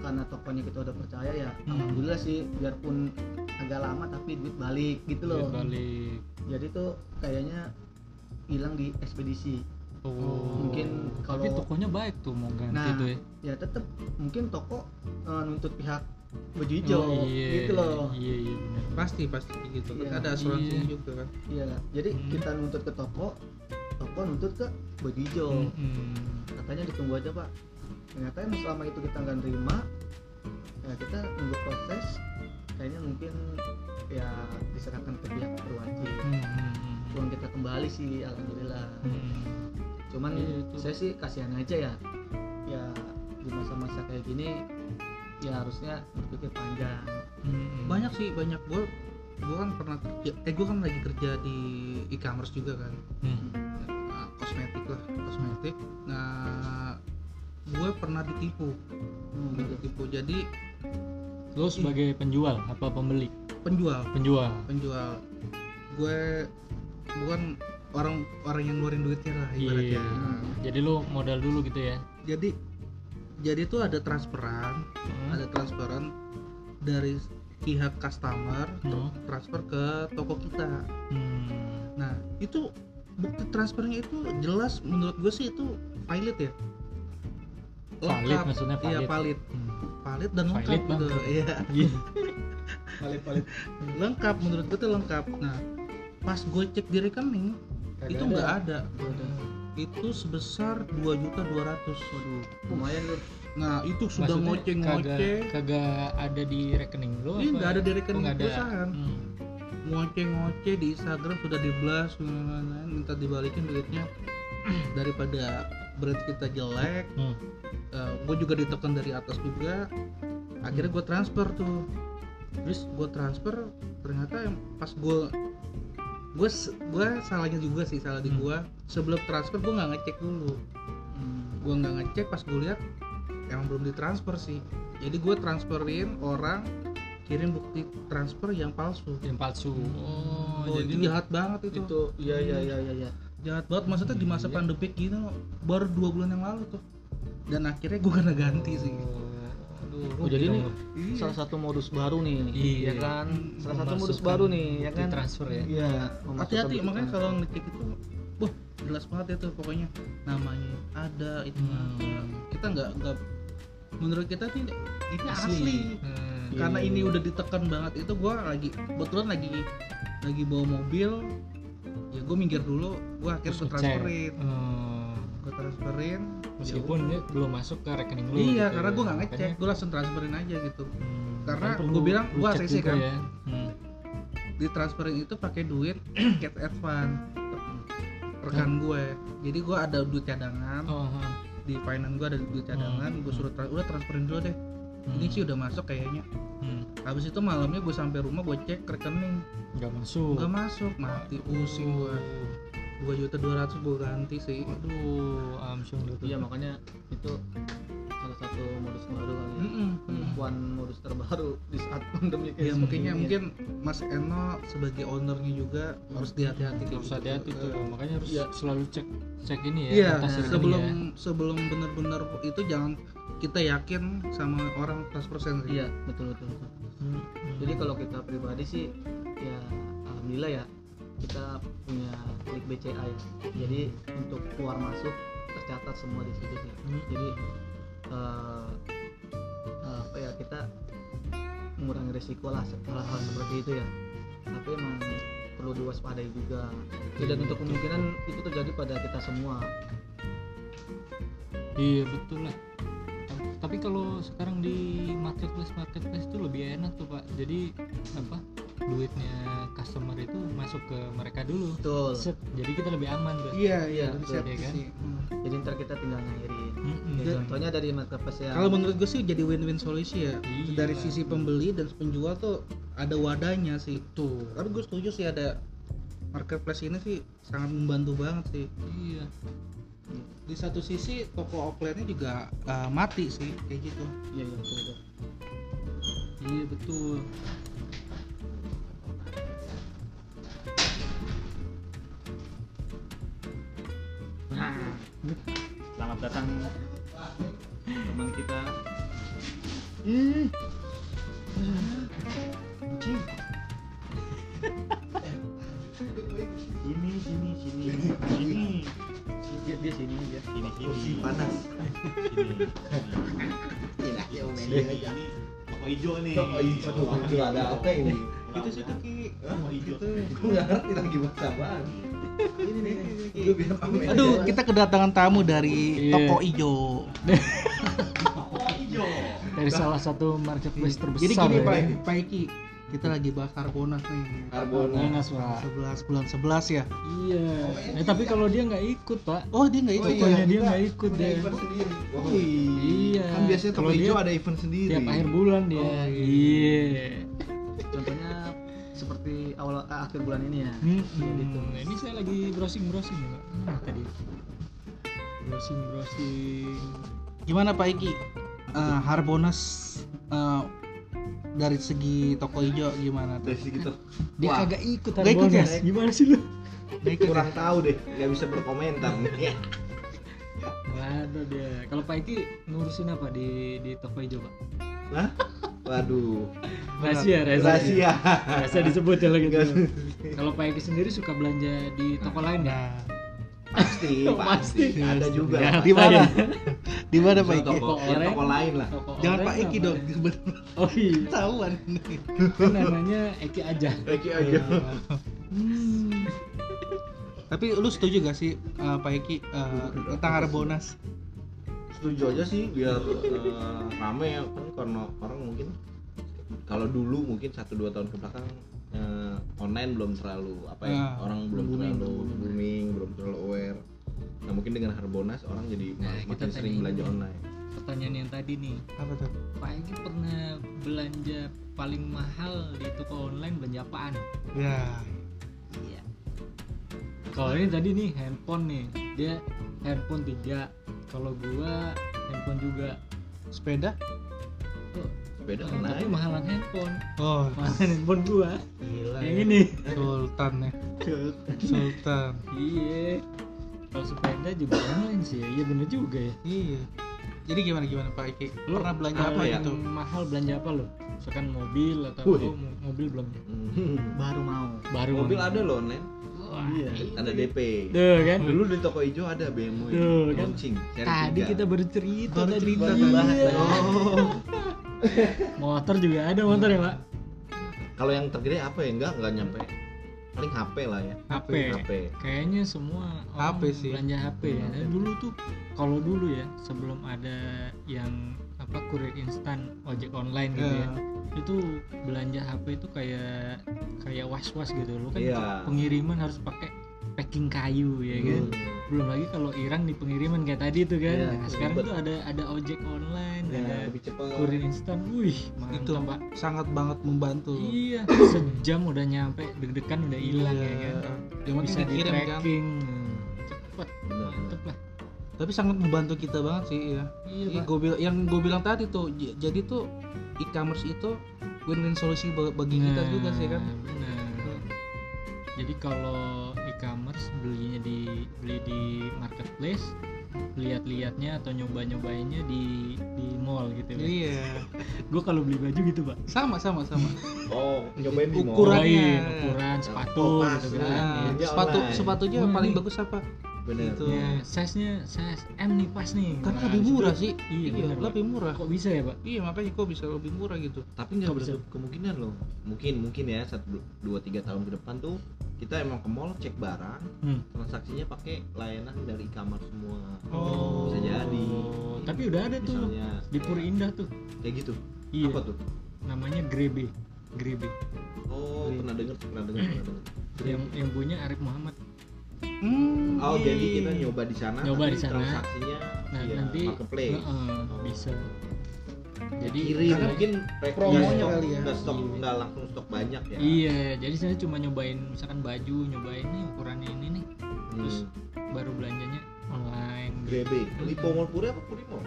S3: karena tokonya kita udah percaya ya
S2: Hmm.
S3: alhamdulillah sih biarpun agak lama tapi duit balik gitu
S2: duit
S3: loh
S2: balik
S3: jadi tuh kayaknya hilang di ekspedisi
S2: oh.
S3: Mungkin
S2: tapi
S3: kalau-
S2: tokonya baik tuh mau ganti
S3: Nah,
S2: tuh ya
S3: ya tetap mungkin toko eh, nuntut pihak baju hijau
S2: Oh, iya,
S3: gitu loh
S2: iya iya benar
S1: Pasti pasti gitu kan
S3: Iya.
S1: ada asuransinya
S2: Iya.
S1: juga kan
S3: iya jadi
S2: Hmm.
S3: kita nuntut ke toko toko nuntut ke baju hijau
S2: Hmm, hmm.
S3: katanya ditunggu aja pak ternyata yang selama itu kita nggak nerima ya kita nunggu proses kayaknya mungkin ya diserahkan ke pihak berwajib
S2: Hmm, hmm, hmm.
S3: uang kita kembali sih alhamdulillah
S2: Hmm.
S3: cuman
S2: Iya, itu.
S3: saya sih kasihan aja ya ya di masa-masa kayak gini ya harusnya berpikir panjang
S2: Hmm, hmm.
S1: Banyak sih banyak gue gue kan pernah kerja, eh gue kan lagi kerja di e-commerce juga kan
S2: Hmm.
S1: Nah, kosmetik lah kosmetik nah gue pernah ditipu
S3: Hmm,
S1: pernah ditipu jadi
S2: lo sebagai penjual apa pembeli
S1: penjual
S2: penjual
S1: penjual gue bukan orang orang yang ngeluarin duitnya lah
S2: Iya.
S1: ibaratnya Nah,
S2: jadi lo modal dulu gitu ya
S1: jadi jadi tuh ada transferan
S2: Hmm.
S1: ada transferan dari pihak customer
S2: Hmm.
S1: transfer ke toko kita
S2: Hmm.
S1: nah itu bukti transfernya itu jelas menurut gue sih itu valid ya
S2: valid maksudnya
S1: iya
S2: valid
S1: valid
S2: Hmm.
S1: valid dan lengkap
S2: Valid, Bang.
S1: gitu iya
S2: Iya.
S1: lengkap menurut gue tuh lengkap nah pas gue cek di rekening itu nggak ada itu sebesar 2.200.000
S3: waduh lumayan tuh
S1: nah itu sudah
S2: Maksudnya
S1: ngoceh
S2: kagak-
S1: ngoceh
S2: kagak ada di rekening
S1: ini
S2: lo
S1: Iya, nggak ada di rekening
S2: nggak ada.
S1: perusahaan
S2: Hmm.
S1: ngoceh ngoceh di Instagram sudah dibelas lain-lain, minta dibalikin duitnya daripada brand kita jelek
S2: Hmm.
S1: gue juga ditekan dari atas juga akhirnya gue transfer tuh terus gue transfer ternyata yang pas gue gue gue salahnya juga sih salah di
S2: Hmm.
S1: gue sebelum transfer gue nggak ngecek dulu
S2: Hmm.
S1: gue nggak ngecek pas gue lihat emang belum ditransfer sih jadi gue transferin orang kirim bukti transfer yang palsu
S2: yang palsu oh,
S1: Oh,
S2: jadi
S1: itu
S2: lu-
S1: jahat banget itu.
S3: itu iya iya iya iya ya.
S1: Jahat banget maksudnya di masa
S2: Iya.
S1: pandemi gini loh, baru dua bulan yang lalu tuh. Dan akhirnya gue kena ganti sih.
S2: Aduh, iya.
S3: Oh,
S2: rugi
S3: jadi
S2: dong
S3: nih
S2: lu.
S1: Iya.
S3: salah satu modus baru nih
S2: Iya.
S3: ya kan salah satu
S2: Memasukkan
S3: modus baru nih ya
S2: bukti
S3: kan
S2: transfer ya
S3: iya memasukkan
S1: Hati-hati
S3: bukti
S1: makanya
S2: kan.
S3: transfer.
S1: kalau ngecek itu wah jelas banget itu pokoknya namanya ada itu ada.
S2: Hmm.
S1: kita nggak nggak menurut kita nih ini asli,
S2: Hmm.
S3: Iya,
S1: karena
S3: iya,
S1: ini
S3: iya.
S1: udah ditekan banget itu gue lagi kebetulan lagi lagi bawa mobil ya gue minggir dulu gue akhirnya
S2: Terus
S1: gue transferin
S2: ngecek. Hmm.
S1: gue transferin Ya
S2: meskipun dia belum masuk ke rekening lu
S1: iya
S2: gitu
S1: karena
S2: ya.
S1: gue nggak ngecek
S2: Makanya,
S1: gue langsung transferin aja gitu
S2: hmm,
S1: Karena
S2: kan perlu
S1: gua bilang,
S2: lu
S1: gua
S2: cek
S1: ACC
S2: juga
S1: kan.
S2: ya. Hmm.
S1: ditransferin itu pakai duit cash advance rekan gue jadi gue ada duit cadangan
S2: Oh, ha.
S1: di finance gue ada duit cadangan
S2: Hmm.
S1: gue suruh tra- udah transferin dulu deh ini
S2: Hmm.
S1: sih udah masuk kayaknya
S2: Hmm.
S1: habis itu malamnya gue sampai rumah gue cek rekening
S2: nggak masuk
S1: nggak masuk mati pusing gue dua juta dua ratus gue ganti sih
S2: aduh amsyong lu tuh.
S3: iya makanya itu salah satu modus baru kali ya
S1: Mm-mm.
S3: penipuan modus terbaru di saat pandemi kayak
S1: Hmm. Ya
S3: seperti
S2: iya.
S1: makanya
S3: ini.
S1: mungkin Mas Eno sebagai ownernya juga harus dihati-hati kayak
S2: harus
S1: gitu.
S2: hati-hati tuh
S1: Eh,
S2: makanya harus
S1: iya.
S2: selalu cek cek ini ya
S1: Iya,
S2: atas rekening
S1: sebelum
S2: ya.
S1: sebelum benar-benar itu jangan kita yakin sama orang 100% sih.
S3: iya betul betul, betul.
S2: Hmm, hmm.
S3: jadi kalau kita pribadi sih ya alhamdulillah ya kita punya klik BCA ya jadi untuk keluar masuk tercatat semua di situ sih
S2: Hmm.
S3: jadi eh, apa ya kita mengurangi risiko lah se- hal-hal seperti itu ya tapi emang perlu diwaspadai juga Ya, dan untuk kemungkinan itu terjadi pada kita semua
S2: iya betul lah Ta- tapi kalau sekarang di marketplace marketplace itu lebih enak tuh pak jadi apa duitnya customer itu masuk ke mereka dulu
S3: betul
S2: Set. jadi kita lebih aman tuh
S1: Iya, iya,
S3: Iya,
S1: lebih
S3: betul,
S1: siap
S2: iya kan?
S1: sih. Hmm.
S3: jadi ntar kita tinggal nyairin
S2: Mm-mm.
S3: ya,
S1: Iya.
S3: contohnya dari marketplace yang
S1: Kalau menurut gue sih jadi win-win solusi ya.
S2: Iya.
S1: Dari sisi pembeli dan penjual tuh ada wadahnya sih. Tuh. Tapi gue setuju sih ada marketplace ini sih sangat membantu banget sih.
S2: iya
S1: Di satu sisi toko offline-nya juga eh, mati sih kayak gitu.
S3: Iya, iya, betul, betul.
S2: iya betul
S6: Selamat datang teman kita. Sini sini sini sini
S3: dia, dia sini dia
S6: sini sini
S7: Oh, panas
S6: sini.
S7: Iya, ya
S6: Sini ini toko hijau nih.
S7: Oh, iya, aduh, aduh, ada apa ya? Gitu. ini?
S1: Itu sih tuh Ki.
S6: Toko hijau.
S1: Itu
S7: Gue nggak ngerti lagi buat apaan. Ini nih, gue biar pamit.
S1: Aduh, kita kedatangan tamu dari
S2: Iya.
S1: toko ijo.
S6: Toko hijau.
S2: dari salah satu marketplace terbesar
S1: Jadi gini
S2: ya.
S1: Pak, Pak Iki, kita lagi bahas Harbonas nih.
S7: Harbonas.
S2: Nanas, Pak.
S1: 11 bulan 11 ya.
S2: Iya. Eh, tapi kalau dia nggak ikut pak,
S1: Oh, dia nggak
S7: Oh,
S1: ikut
S7: iya.
S2: pokoknya
S1: ya?
S2: dia nggak ikut
S7: Punya
S2: deh.
S7: event sendiri. Wah,
S2: Iya.
S7: Kan biasanya toko
S2: Kalau dia
S7: hijau ada event sendiri.
S2: Tiap akhir bulan dia.
S1: Oh, iya.
S2: iya.
S3: contohnya seperti awal eh, akhir bulan ini ya
S2: Hmm,
S3: Iya, gitu.
S2: hmm. Ini saya lagi browsing browsing ya pak. Nah, tadi. Browsing browsing.
S1: Gimana Pak Iki? Eh, Harbonas eh, dari segi toko ijo gimana tuh?
S7: Dari segi ter-
S2: Dia
S7: Wah,
S2: kagak ikut
S1: Nggak ikut ya?
S2: Harbolnas. Gimana sih lu?
S1: Dia ikut ya?
S7: kurang tahu deh, nggak bisa berkomentar. nih.
S2: Nggak ada dia. Kalau Pak Iki ngurusin apa di di toko hijau pak?
S7: Hah? Waduh,
S2: Rahasia, rahasia.
S7: rahasia.
S2: Rahasia disebut ya lagi.
S7: Nggak.
S2: Kalau Pak Iki sendiri suka belanja di toko lain ya? nggak?
S1: Nah,
S7: Pasti,
S2: Pasti.
S7: pasti. Ada juga.
S2: Ya,
S1: Di mana?
S2: tadi.
S1: Di mana Pak
S7: Di
S1: Iki?
S7: Toko, ya, toko lain lah.
S2: Toko
S1: Jangan
S2: orang
S1: Pak Iki
S2: apa?
S1: dong, bener
S2: Oh iya,
S1: ketahuan.
S2: kan namanya Eki aja. Hmm.
S7: Oke, aja.
S1: Tapi lu setuju gak sih eh, Pak Iki eh, tentang Harbonas?
S7: setuju aja sih biar eh, rame ya kan karena orang mungkin kalau dulu mungkin satu dua tahun kebelakang eh, online belum terlalu apa ya
S2: Iya,
S1: Ah,
S7: orang belum
S3: booming,
S7: terlalu
S3: booming.
S7: booming belum terlalu aware nah mungkin dengan Harbonas orang jadi
S2: Nah,
S7: makin
S2: kita
S7: sering
S2: tadi-
S7: belanja online
S2: Pertanyaan yang tadi nih,
S1: Apa tuh?
S2: Pak Eki pernah belanja paling mahal di toko online belanja apaan?
S1: Ya,
S2: Kalau ini tadi nih handphone nih, dia handphone 3 Kalau gua handphone juga.
S1: sepeda?
S2: Tuh,
S7: beda
S2: Nah, tapi
S7: online
S2: mahalan handphone,
S1: Oh,
S2: mahalan handphone gua.
S1: gila.
S2: Yang
S7: iya.
S1: ya.
S2: ini.
S1: Sultan ya. Sultan.
S2: Iya. Kalau sepeda juga online sih, ya. iya bener juga ya.
S1: Iya. Jadi gimana gimana Pak Iki?
S2: Lu
S1: Pernah belanja apa
S2: Kalau
S7: ya?
S2: yang
S1: gitu?
S2: mahal belanja apa lo? Misalkan mobil atau
S7: Wih.
S2: oh, mo- mobil belum
S7: Hmm.
S3: baru mau
S2: baru
S7: mobil ada loh online
S2: Wah,
S3: iya
S7: ada DP
S2: Tuh kan.
S7: dulu di toko hijau ada BMW
S2: Tuh, kan.
S7: launching seri
S2: Tadi
S7: tiga.
S2: kita baru cerita
S1: Baru
S2: tadi.
S1: cerita,
S2: Iya.
S1: baru
S3: bahas tadi.
S2: motor juga ada motor ya, Pak.
S7: kalau yang tergede apa ya enggak enggak nyampe paling HP lah ya
S2: HP.
S7: HP
S2: Kayaknya semua orang
S1: HP sih.
S2: belanja HP ya. Dan dulu tuh kalau dulu ya sebelum ada yang apa kurir instan ojek online gitu
S1: Iya.
S2: ya itu belanja HP itu kayak kayak was was gitu lo kan
S7: Iya.
S2: pengiriman harus pakai packing kayu ya kan
S7: Hmm.
S2: belum lagi kalau Iran di pengiriman kayak tadi tuh kan
S3: Iya,
S2: Nah, sekarang
S7: ribet.
S2: tuh ada ada ojek online
S7: ya,
S2: ada
S7: lebih cepat
S2: Iya. kurir instan wih mantap
S1: itu
S2: Pak.
S1: sangat banget membantu
S2: iya sejam udah nyampe deg-degan udah hilang
S1: Iya.
S2: ya kan
S1: yang penting
S2: bisa di
S1: dikirim kan
S2: tracking cepet
S7: Bener, bener.
S2: mantep lah
S1: tapi sangat membantu kita banget sih ya Ini
S2: iya
S1: gua bil- yang gue bilang tadi tuh j- jadi tuh e-commerce itu win-win solusi ba- bagi kita juga sih kan
S2: Nah, benar jadi kalau e-commerce belinya di beli di marketplace lihat-lihatnya atau nyoba-nyobainnya di di mall gitu ya
S1: iya
S2: gue kalau beli baju gitu pak
S1: sama sama sama
S7: oh nyobain di mall
S1: Ukuran. Ukurannya.
S2: Bawain, iya,
S1: Iya,
S2: ukuran sepatu
S7: Oh, pas,
S2: gitu kan
S7: ya.
S1: nah,
S2: ya.
S7: belanja
S1: sepatu
S7: online.
S1: sepatunya
S2: Hmm,
S1: paling
S2: nih.
S1: bagus apa
S7: bener
S1: Gitu.
S2: Ya, size nya size M nih pas nih
S1: karena Kan
S2: Nah,
S1: lebih
S2: habis itu-
S1: murah sih
S2: iya,
S1: iya
S2: bener, Pak.
S1: lebih murah
S2: kok bisa ya pak
S1: iya makanya kok bisa lebih murah gitu
S7: tapi nggak
S2: Nggak bisa.
S7: menutup kemungkinan loh mungkin mungkin ya satu dua tiga tahun ke depan tuh kita emang ke mall cek barang
S2: Hmm.
S7: transaksinya pakai layanan dari kamar semua
S2: Oh.
S7: bisa jadi
S2: Tapi udah ada tuh.
S7: Misalnya,
S2: di Puri Indah tuh
S7: kayak gitu
S2: iya
S7: apa tuh
S2: namanya Grebe Grebe
S7: oh pernah denger pernah denger pernah denger
S2: yang yang punya Arif Muhammad
S1: Hmm,
S7: oh
S1: iya.
S7: jadi kita nyoba di sana
S2: Nyoba
S7: tapi
S2: di sana.
S7: transaksinya
S2: nah
S7: via
S2: nanti
S7: Iya, marketplace
S2: Heeh, Iya.
S7: Oh.
S2: bisa jadi
S7: jadi kirim
S2: karena-
S7: mungkin mereka
S1: Promonya
S7: nggak stok-
S1: kali ya.
S7: nggak stok nggak langsung stok banyak ya
S2: iya jadi saya cuma nyobain misalkan baju nyobain nih ukurannya ini nih
S7: Hmm.
S2: terus
S7: terus
S2: baru belanjanya online
S7: grebe lipo mall puri apa puri mall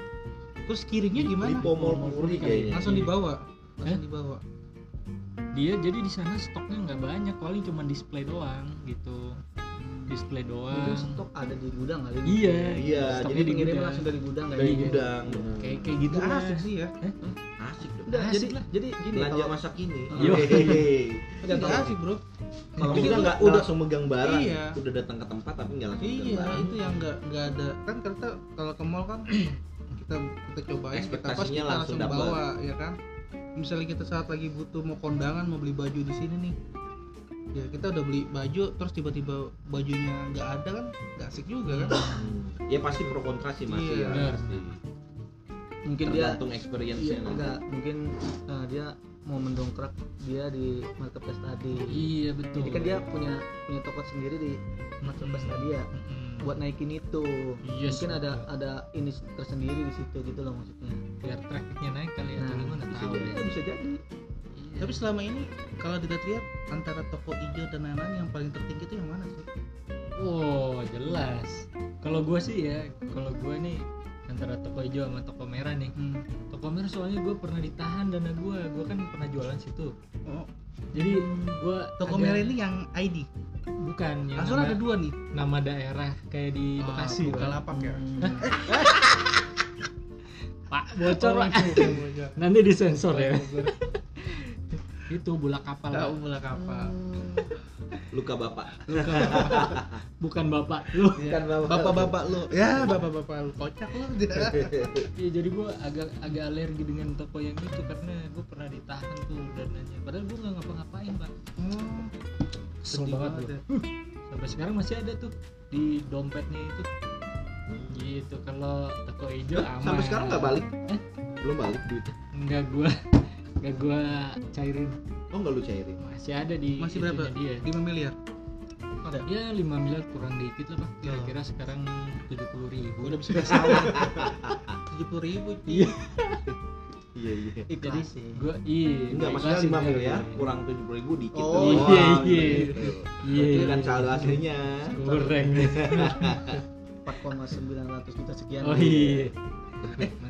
S1: terus kirimnya gimana
S7: lipo mall
S2: Mall Puri
S7: puri
S2: kali.
S7: kayaknya
S1: langsung
S2: Iya.
S1: dibawa langsung
S2: Eh?
S1: dibawa
S2: dia jadi di sana stoknya nggak banyak paling cuma display doang gitu display
S3: Mungkin
S2: doang
S3: stok ada di gudang kali.
S2: iya
S7: Iya,
S2: stoknya
S7: jadi
S2: di
S3: Pengirim
S2: gudang.
S3: langsung dari gudang kayak
S7: dari
S2: Iya.
S7: gudang
S2: kayak kayak gitu
S1: Nggak
S2: lah
S1: asik sih ya
S7: asik dong
S3: Udah, jadi,
S2: Asik lah.
S3: jadi gini
S7: belanja
S3: kalau
S7: masa kini
S3: Yo.
S7: Hehehe.
S3: Nggak
S1: Nggak
S3: tahu.
S1: asik bro
S7: kalau
S1: Jadi
S7: kita
S1: kan
S7: nggak
S1: udah-
S7: udah langsung megang barang
S1: Iya.
S7: udah datang ke tempat tapi nggak langsung megang
S1: Iya,
S7: barang
S1: itu yang nggak nggak ada kan kita kalau ke mall kan kita kita cobain kita pas
S7: Ekspektasinya
S1: kita langsung,
S7: langsung dapet.
S1: bawa ya kan. Misalnya kita saat lagi butuh mau kondangan mau beli baju di sini nih, ya kita udah beli baju terus tiba-tiba bajunya nggak ada kan nggak asik juga kan.
S7: Hmm. ya pasti pro kontra sih masih
S1: Iya.
S7: ya
S2: Benar.
S7: pasti.
S3: mungkin dia
S7: tergantung experience-nya
S3: iya,
S7: nanti
S3: enggak, mungkin eh, dia mau mendongkrak dia di marketplace tadi.
S2: iya betul
S3: Jadi kan dia punya punya toko sendiri di marketplace tadi ya
S2: Mm-mm.
S3: buat naikin itu.
S1: Iya
S2: Yes,
S3: mungkin ada
S2: betul.
S3: ada ini tersendiri di situ gitu loh maksudnya.
S2: biar trafficnya naik kali ya
S3: Nah,
S2: atau gimana
S7: bisa
S2: tahu
S7: jadi.
S2: ya.
S3: Itu bisa jadi.
S2: Iya.
S1: Tapi selama ini kalau dilihat-lihat antara toko hijau dan lain-lain yang paling tertinggi itu yang mana sih?
S2: Wow, jelas. Kalau gua sih ya, kalau gua nih antara toko hijau sama toko merah nih.
S1: Hmm.
S2: Toko merah soalnya gua pernah ditahan dana gua. Gua kan pernah jualan situ.
S1: Oh,
S2: Jadi gua
S1: toko
S2: agak-
S1: merah ini yang ID.
S2: bukan yang
S1: Langsung
S2: nama,
S1: Kan ada dua Ah, nih.
S2: nama daerah kayak di Bekasi. kan? Pak.
S1: Bukalapak ya.
S3: Nah,
S2: Pak,
S1: Oh,
S2: bocor
S1: iya.
S2: Pak. Nanti disensor ya. Itu bola kapal. Pak.
S1: Tahu mulai kapal.
S7: luka bapak
S2: Luka, Pak. Bukan bapak lu.
S7: Bukan bapak.
S1: Bapak-bapak lu. Ya, bapak-bapak lu kocak lu.
S2: Iya jadi gue agak agak alergi dengan toko yang itu karena gue pernah ditahan tuh dananya. Padahal gue nggak ngapa-ngapain pak.
S1: Hmm. ya.
S2: Kesel banget gua. Sampai sekarang masih ada tuh di dompetnya itu. Gitu kalau toko hijau Iya, aman.
S7: sampai sekarang nggak balik
S2: Eh?
S7: belum balik duitnya
S2: Nggak gue nggak gue cairin.
S7: oh nggak lu cairin
S2: Masih ada di
S1: Masih
S2: itunya
S1: berapa?
S2: Dia.
S1: 5 miliar.
S2: Ya 5 miliar kurang dikit lah pak.
S1: Ya.
S2: Kira-kira sekarang 70 ribu.
S1: Udah bisa pesawat. 70 ribu.
S2: Iya.
S7: iya iya
S2: Jadi
S3: sih.
S2: gue iya.
S7: Enggak, maksudnya
S2: ikhlasin
S7: 5
S2: ya.
S7: miliar kurang 70 ribu dikit
S1: Oh,
S7: doang,
S2: iya, iya.
S7: gitu.
S2: Iya.
S7: Itu kan saldo aslinya
S2: Goreng.
S3: 4,900 juta sekian.
S2: Oh iya.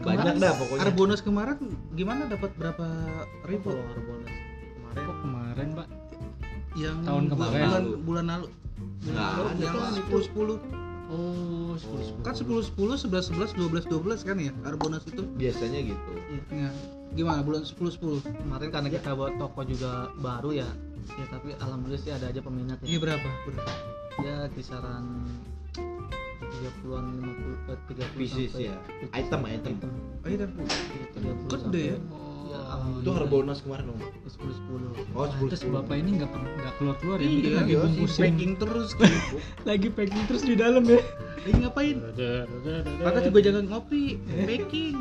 S7: banyak dah pokoknya
S1: Arbonus kemarin gimana dapat berapa
S3: Ribu
S1: ribu?
S3: loh bonus kemarin.
S2: Kok kemarin pak?
S1: Yang
S2: Tahun
S1: bu-
S2: kemarin.
S1: bulan bulan lalu. Bulan
S7: Nah,
S1: lalu
S7: ada
S1: yang
S7: kan itu.
S1: 10 10
S2: Oh, 10
S7: 10.
S1: kan 10 10 11 11 12 12 kan ya Arbonus itu.
S7: biasanya gitu
S1: Ya. Gimana bulan 10 10?
S3: Kemarin karena
S2: Ya.
S3: kita buat toko juga baru ya. Ya tapi alhamdulillah sih ada aja peminat
S1: Iya
S3: ya.
S1: berapa? Berapa?
S3: Ya kisaran 30-an 50 eh, 30
S7: pieces
S3: sampai
S7: ya item item
S3: item.
S1: Oh, iya, kan, Bu.
S3: Iya, 30
S1: Gede
S3: sampai
S1: ya.
S2: Oh,
S3: Ya,
S2: Wah.
S3: alhamdulillah.
S7: Itu Harbolnas kemarin dong.
S3: sepuluh sepuluh.
S7: Oh,
S2: Terus bapak ini nggak pernah- nggak keluar keluar ya? Mungkin
S1: Iya,
S2: lagi
S1: iya sih,
S2: bungkusin,
S1: packing terus.
S2: lagi packing terus di dalam ya.
S1: Ini ngapain? Kakak juga jangan ngopi, packing.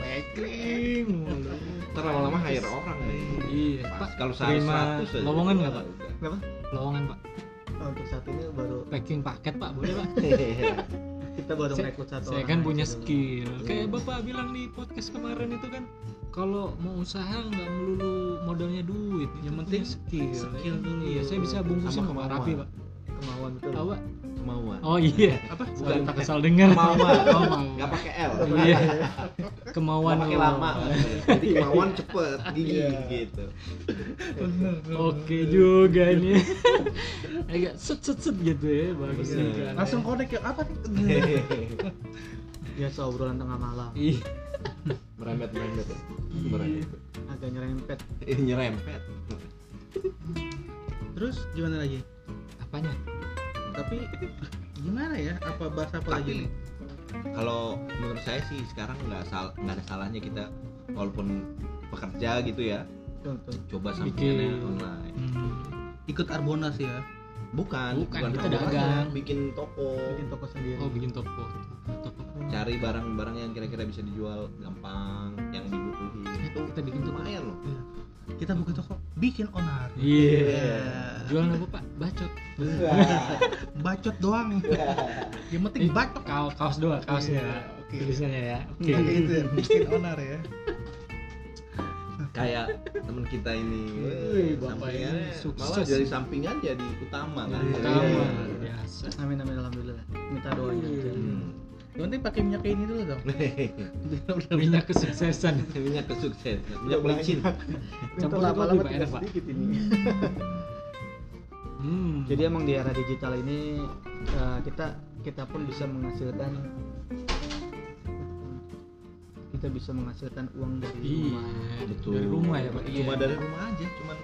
S2: packing. mulu.
S7: Ntar lama-lama hire orang ya.
S2: Iya. Pak,
S7: Pas kalau sehari
S2: terima
S7: 100 aja.
S2: lowongan nggak, Pak?
S7: Udah.
S2: lowongan pak,
S3: Oh, untuk saat ini baru
S2: packing paket pak, boleh pak?
S3: kita baru
S2: Saya-
S3: merekrut satu
S2: Saya
S3: orang
S2: kan
S3: aja
S2: punya
S3: dulu.
S2: skill. Kayak bapak bilang di podcast kemarin itu kan, kalau mau usaha nggak melulu modalnya duit, yang penting skill.
S1: skill dulu.
S2: Iya, saya bisa bungkusin sama
S7: Sama kemauan.
S2: rapi pak.
S3: kemauan betul.
S2: Tahu pak?
S7: Kemauan.
S2: Oh iya.
S1: Apa?
S2: Bukan
S7: Bukan.
S2: tak kesal dengar.
S7: Kemauan.
S2: Oh, mau.
S7: Enggak pakai L.
S2: Iya.
S7: Nggak
S2: Kemauan. Iya.
S7: pakai
S2: lo.
S7: lama. Jadi kemauan cepet gigi gitu.
S2: Oke juga ini. Agak set set set gitu ya, bagus
S7: Iya.
S2: juga.
S1: Langsung konek ya apa nih?
S3: Biasa obrolan tengah malam,
S2: Ih,
S7: merembet merembet. ya. Merembet.
S3: agak nyerempet.
S7: Eh, Nyerempet.
S1: Terus gimana lagi?
S2: apanya?
S1: Tapi gimana ya? Apa bahasa apa lagi
S7: Tapi
S1: nih?
S7: kalau menurut saya sih sekarang nggak sal nggak ada salahnya kita walaupun pekerja gitu ya
S3: Tuh, tuh.
S7: coba
S2: Bikin.
S7: sampingannya online.
S2: Hmm,
S1: Ikut Arbonas ya.
S7: Bukan,
S2: Bukan, kita
S7: perbuatan,
S2: dagang.
S7: bikin toko.
S3: Bikin toko sendiri.
S2: Oh bikin toko. Toko apa?
S7: Cari barang-barang yang kira-kira bisa dijual gampang, yang dibutuhin. Itu
S2: Nah, Kita bikin toko.
S7: lumayan loh.
S1: Kita buka toko, bikin onar.
S2: Iya.
S1: Iya.
S2: Jualan apa pak? Bacot.
S1: Bacot doang. Yang penting bacot.
S2: Kaos, kaos doang, kaosnya.
S1: Iya, oke.
S2: Tulisannya ya. Oke.
S1: Kayak gitu ya, bikin onar ya.
S7: Kayak temen kita ini.
S2: Wih,
S7: Wih,
S2: bapak ini
S7: sampingannya
S2: sukses.
S7: Malah dari sampingan jadi utama kan.
S2: Yang Pertama biasa.
S3: Amin amin alhamdulillah. Minta doanya.
S2: Iya.
S3: aja.
S7: Hmm.
S1: Yang penting pakai minyak ini dulu dong.
S2: Minyak kesuksesan.
S7: Minyak kesuksesan, minyak pelicin.
S2: Campur
S3: Minta lama-lama
S2: juga
S3: tidak
S2: enak, Pak.
S3: sedikit ini.
S2: Hmm.
S3: Jadi emang di era digital ini eh, kita kita pun bisa menghasilkan kita bisa menghasilkan uang dari
S2: iya.
S3: rumah.
S7: Betul.
S2: Dari rumah ya pak.
S7: Cuma
S2: Iya.
S7: dari rumah aja, cuman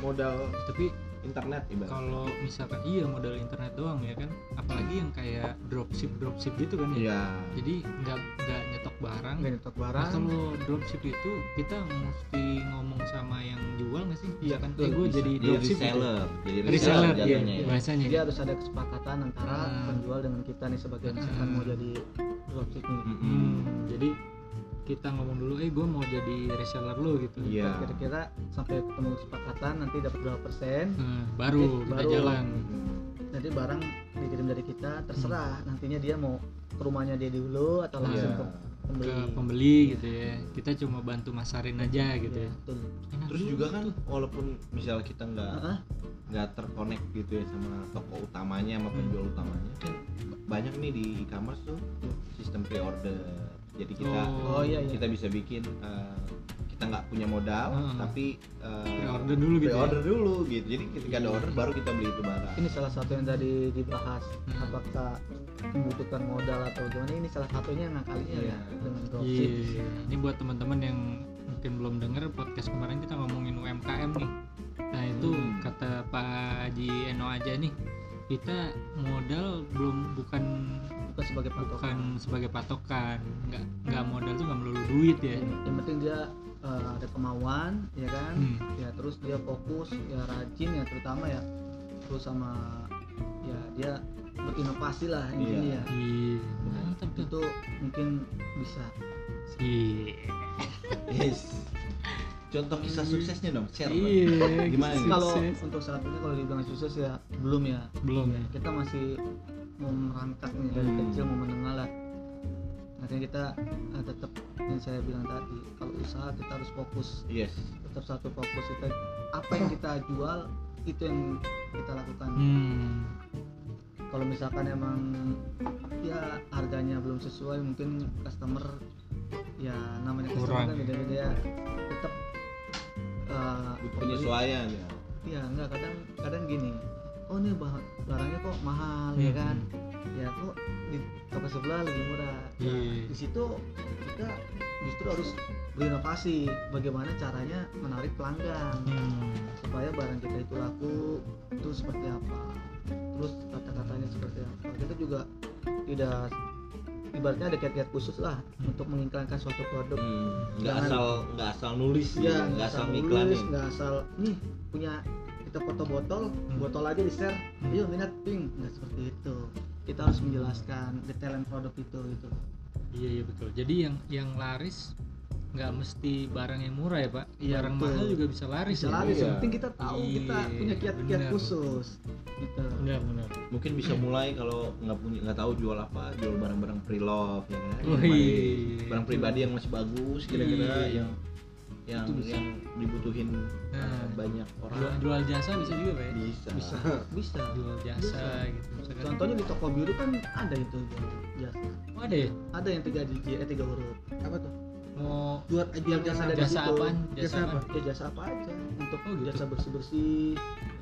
S7: modal
S2: Tapi
S7: internet ibarat.
S2: kalau misalkan iya modal internet doang ya kan apalagi yang kayak dropship dropship gitu kan ya
S7: Iya.
S2: jadi nggak nggak nyetok barang
S3: Nggak nyetok
S2: nah,
S3: barang.
S2: kalau dropship itu kita mesti ngomong sama yang jual nggak sih
S3: Iya,
S2: kan
S3: betul,
S2: gue
S3: bisa.
S2: jadi
S7: Jadi
S2: dropship gitu.
S7: reseller, jadi reseller
S2: reseller iya,
S7: jatuhnya. ya.
S2: bahasanya
S3: Jadi harus ada kesepakatan antara
S2: Ah.
S3: penjual dengan kita nih sebagai misalkan
S2: Ah.
S3: mau jadi dropship nih.
S7: Mm-mm.
S2: Hmm, jadi kita ngomong dulu eh gue mau jadi reseller lo gitu
S7: Iya.
S3: Kira-kira sampai ketemu kesepakatan nanti dapat berapa persen.
S2: Nah, baru
S3: Eh,
S2: kita
S3: baru.
S2: jalan
S3: Nanti barang dikirim dari kita terserah nantinya dia mau ke rumahnya dia dulu atau langsung
S7: Iya.
S3: ke pembeli.
S2: Hmm. ke pembeli gitu ya kita cuma bantu masarin aja gitu
S3: Iya,
S2: ya
S3: betul.
S2: Enak
S7: Terus
S2: juga.
S7: juga kan walaupun misal kita nggak
S3: Ah,
S7: nggak terkonek gitu ya sama toko utamanya sama penjual utamanya kan b- banyak nih di e-commerce tuh sistem pre-order. Jadi kita
S3: Oh iya iya.
S7: kita bisa bikin eh, kita nggak punya modal
S2: Hmm.
S7: tapi eh,
S2: Pre-order dulu gitu ya?
S7: pre-order dulu gitu. Jadi ketika ada order baru kita beli itu barang.
S3: ini salah satu yang tadi dibahas
S2: Hmm.
S3: apakah membutuhkan modal atau gimana ini salah satunya ngakalinya
S7: Iya.
S3: ya dengan dropship
S2: Iya, ini buat teman-teman yang mungkin belum dengar podcast kemarin kita ngomongin UMKM nih. Nah itu
S3: Hmm.
S2: kata Pak Haji Eno aja nih, kita modal belum bukan
S3: bukan sebagai patokan
S2: bukan sebagai patokan, nggak nggak modal tuh nggak melulu duit ya.
S3: yang yang penting dia eh, ada kemauan ya kan
S2: Hmm.
S3: ya terus dia fokus ya rajin ya terutama ya terus sama ya dia berinovasi lah intinya ya
S2: Iya, mantap tuh.
S3: itu mungkin bisa
S2: Iya.
S7: Yes. Contoh kisah suksesnya dong, share. dong.
S2: Iya.
S7: Gimana nih?
S3: kalau
S2: Sukses.
S3: untuk saat ini kalau dibilang sukses ya belum ya
S2: belum ya?
S3: kita masih mau merangkak nih dari
S7: Hmm.
S3: kecil mau menengah lah artinya kita eh, tetap yang saya bilang tadi kalau usaha kita harus fokus
S7: Yes.
S3: tetap satu fokus kita apa yang kita jual itu yang kita lakukan
S2: Hmm.
S3: kalau misalkan emang ya harganya belum sesuai mungkin customer ya namanya customer
S2: Kurang.
S3: kan beda-beda ya tetap eh,
S7: Butuh
S3: pembeli-
S7: penyesuaian ya.
S3: Iya enggak kadang kadang gini. Oh ini bah- barangnya kok mahal ya
S2: Hmm.
S3: kan? Ya kok di toko sebelah lebih murah. Nah,
S2: Iya.
S3: Di situ kita justru harus berinovasi bagaimana caranya menarik pelanggan
S2: Hmm.
S3: supaya barang kita itu laku itu seperti apa terus kata-katanya seperti apa kita juga tidak ibaratnya ada kiat-kiat khusus lah
S2: Hmm.
S3: untuk mengiklankan suatu produk
S7: Hmm, nggak
S3: Jangan-
S7: asal nggak asal nulis
S2: Iya,
S3: ya
S7: ya nggak asal
S3: nulis,
S7: ngiklanin
S3: nggak asal nih punya kita foto botol
S2: Hmm.
S3: botol aja di share ayo minat pink nggak seperti itu kita harus menjelaskan detailan produk itu gitu
S2: Iya iya betul. Jadi yang yang laris nggak mesti barang yang murah ya pak.
S3: Iya,
S2: barang
S3: betul.
S2: mahal juga bisa laris.
S3: bisa
S2: ya.
S3: laris yang
S7: Iya.
S3: penting kita tahu kita
S2: Iya,
S3: punya kiat-kiat
S2: benar.
S3: khusus gitu
S2: Benar benar.
S7: mungkin bisa mulai kalau nggak punya nggak tahu jual apa jual barang-barang pre-love ya kan?
S2: Wih.
S7: Barang- barang pribadi yang masih bagus kira-kira
S2: Iya.
S7: yang yang
S2: Itu bisa.
S7: yang dibutuhin
S2: Nah.
S7: uh, banyak orang
S2: Jual, jual jasa bisa juga pak. ya?
S7: bisa
S3: bisa bisa
S2: Jual jasa
S3: Bisa.
S2: gitu. Misalkan-
S3: contohnya di toko biru kan ada itu jasa
S2: Oh, ada ya?
S3: ada yang tiga digit eh tiga huruf
S1: apa tuh
S2: Mau
S1: jual jual
S3: Yang
S1: jasa
S3: ada di
S2: jasa
S3: situ.
S2: apaan?
S1: Jasa apa?
S3: ya jasa apa aja untuk
S2: Oh, gitu.
S3: jasa bersih bersih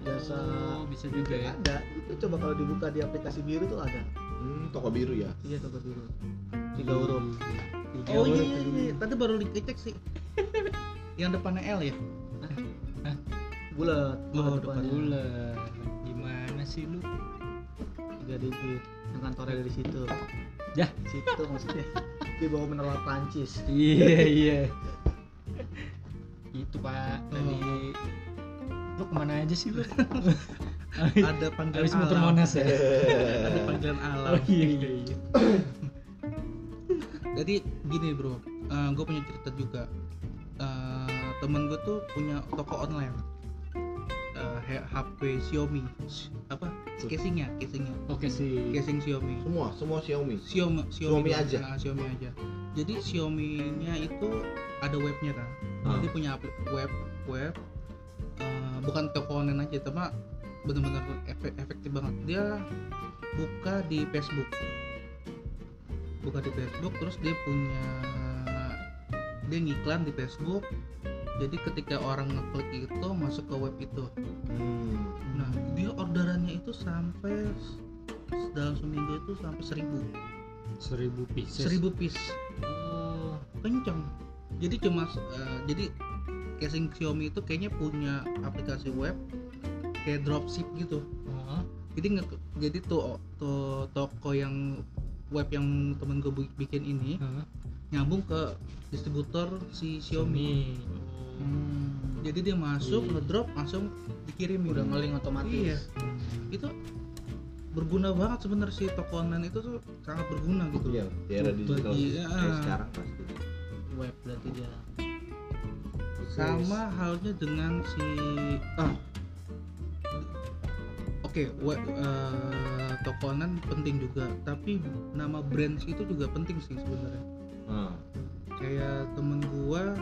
S3: jasa
S2: Oh, bisa juga ya.
S3: ada itu coba kalau dibuka di aplikasi biru tuh ada
S7: hmm, toko biru ya
S3: iya toko biru tiga huruf
S2: Tiga
S1: oh iya
S2: huruf.
S1: iya iya tadi baru dicek sih yang depannya L ya
S3: bulat
S1: Oh,
S3: depannya.
S2: Bulat. Gimana sih lu?
S3: tiga digit yang kantornya dari situ
S1: Ya.
S2: Yah.
S3: situ maksudnya di bawah menara Prancis
S2: Iya iya. Oh. Itu pak tadi. Lu kemana aja sih lu?
S1: ada panggilan
S2: Habis muter
S1: alam
S2: monas ya.
S1: ada panggilan alam
S2: Oh iya iya iya.
S1: jadi gini bro gue punya cerita juga Eh, temen gue tuh punya toko online Eh, he- HP Xiaomi S- apa casingnya casingnya
S2: Oke sih.
S1: casing Xiaomi
S7: semua semua Xiaomi
S1: Xiaomi
S7: Xiaomi
S1: doang.
S7: aja?
S1: Nah, Xiaomi aja jadi Xiaomi-nya itu ada webnya kan
S7: Ah.
S1: jadi punya apli- web web eh, bukan toko online aja cuma benar-benar efe- efektif banget dia buka di Facebook buka di Facebook terus dia punya dia ngiklan di Facebook jadi ketika orang ngeklik itu masuk ke web itu
S7: hmm.
S1: nah dia orderannya itu sampai s- dalam seminggu itu sampai seribu
S2: Seribu pieces.
S1: seribu piece
S2: Oh,
S1: kenceng jadi cuma eh, jadi casing Xiaomi itu kayaknya punya aplikasi web kayak dropship gitu
S2: oh,
S1: jadi nge- jadi tuh tuh toko yang web yang temen gue bu- bikin ini
S2: Hah?
S1: nyambung ke distributor si Xiaomi
S2: Xiaomi.
S1: jadi dia masuk
S2: Iya.
S1: ngedrop langsung dikirim
S3: udah ngeling otomatis
S1: Iya. itu berguna banget sebenarnya si toko online itu tuh sangat berguna gitu
S7: Iya, di era digital
S1: Bagi-
S7: kayak
S1: ah.
S7: sekarang pasti.
S3: web berarti dia
S1: sama halnya dengan si ah oke we- eh, toko online penting juga tapi nama brand itu juga penting sih sebenarnya
S7: Ah,
S1: kayak temen gua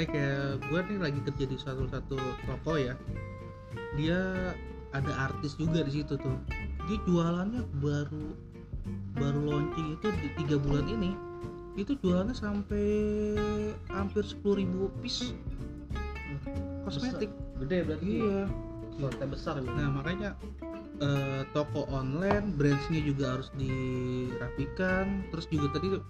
S1: eh kayak gua nih lagi kerja di satu satu toko ya dia ada artis juga di situ tuh dia jualannya baru baru launching itu di tiga bulan ini itu jualannya sampai hampir 10.000 ribu piece kosmetik
S3: gede berarti
S1: iya
S3: Sortnya besar gitu
S1: nah makanya eh, toko online brandsnya juga harus dirapikan terus juga tadi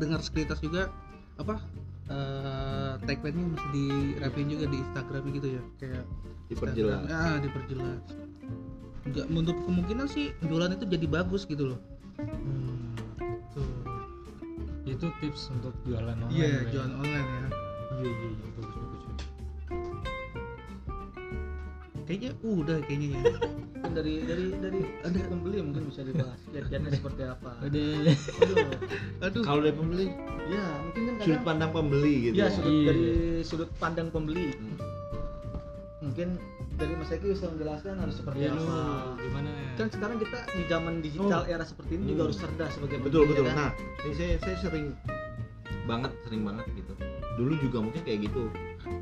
S1: dengar sekuritas juga apa eh, tagline nya mesti dirapiin juga di Instagram gitu ya kayak
S7: diperjelas.
S1: Instagram, ah diperjelas nggak menutup kemungkinan sih jualan itu jadi bagus gitu loh
S2: Hmm, tuh. Itu tips untuk jualan online.
S1: iya
S2: Bay.
S1: jualan online ya
S2: Iya iya iya bagus bagus. bagus.
S1: kayaknya udah kayaknya ya
S3: Mungkin dari dari dari ada pembeli mungkin bisa dibahas lihatnya seperti apa
S2: Ada.
S3: Aduh.
S1: aduh
S7: Kalau dari pembeli,
S3: ya mungkin kan
S7: sudut
S3: kadang
S7: pandang pembeli gitu.
S3: ya
S7: ya.
S3: sudut
S2: Iya.
S3: dari sudut pandang pembeli
S7: Hmm.
S3: mungkin dari Mas Eki bisa menjelaskan harus seperti
S2: Iya lu
S3: apa
S2: gimana?
S3: kan sekarang kita di zaman
S1: Oh.
S3: digital era seperti ini
S7: Hmm.
S3: juga harus cerdas sebagai
S7: betul
S3: pembeli,
S7: betul
S3: ya kan?
S7: nah ini saya saya sering banget sering banget gitu dulu juga mungkin kayak gitu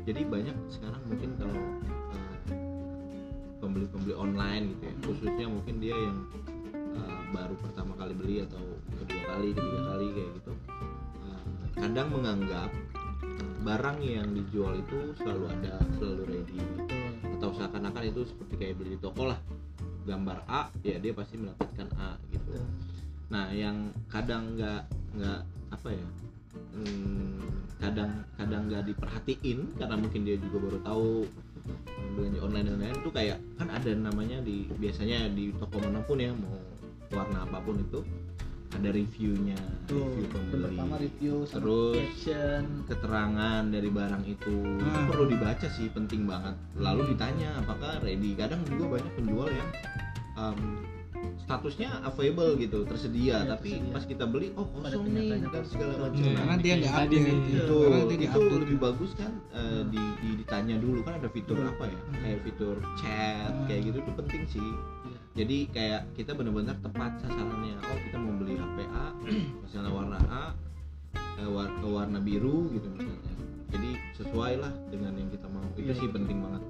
S7: jadi banyak sekarang mungkin kalau eh, pembeli-pembeli online gitu ya khususnya mungkin dia yang eh, baru pertama kali beli atau kedua kali ketiga kali kayak gitu eh, kadang menganggap eh, barang yang dijual itu selalu ada selalu ready
S3: Betul.
S7: atau seakan-akan itu seperti kayak beli di toko lah gambar A ya dia pasti mendapatkan A gitu
S3: Betul.
S7: nah yang kadang nggak nggak apa ya hmm, kadang kadang nggak diperhatiin karena mungkin dia juga baru tahu hmm, belanja online dan lain-lain itu kayak kan ada namanya di biasanya di toko manapun ya mau warna apapun itu ada reviewnya
S3: tuh
S7: review
S3: yang
S7: pembeli
S3: pertama review sama
S7: Terus.
S3: caption
S7: keterangan dari barang itu itu
S1: Hmm.
S7: perlu dibaca sih penting banget lalu ditanya apakah ready kadang juga banyak penjual yang um, statusnya available gitu tersedia
S3: Iya,
S7: tapi
S3: tersedia.
S7: pas kita beli oh
S3: Pada
S7: kosong nih
S3: kenyataannya kosong.
S7: dan
S3: Hmm.
S7: segala
S3: Betul.
S7: macam Nah,
S2: Iya.
S1: karena dia nggak
S2: Tadi
S1: update
S2: nih.
S1: gitu.
S7: itu
S1: karena dia
S7: itu
S1: update
S7: lebih bagus kan eh, di, di- ditanya dulu kan ada fitur
S3: Hmm.
S7: apa ya
S1: Hmm.
S7: kayak fitur chat
S1: Hmm.
S7: kayak gitu tuh penting sih
S3: Iya.
S7: jadi kayak kita benar-benar tepat sasarannya oh kita mau beli HP A misalnya warna A eh, war- ke warna biru gitu misalnya jadi sesuai lah dengan yang kita mau itu
S3: Iya.
S7: sih penting banget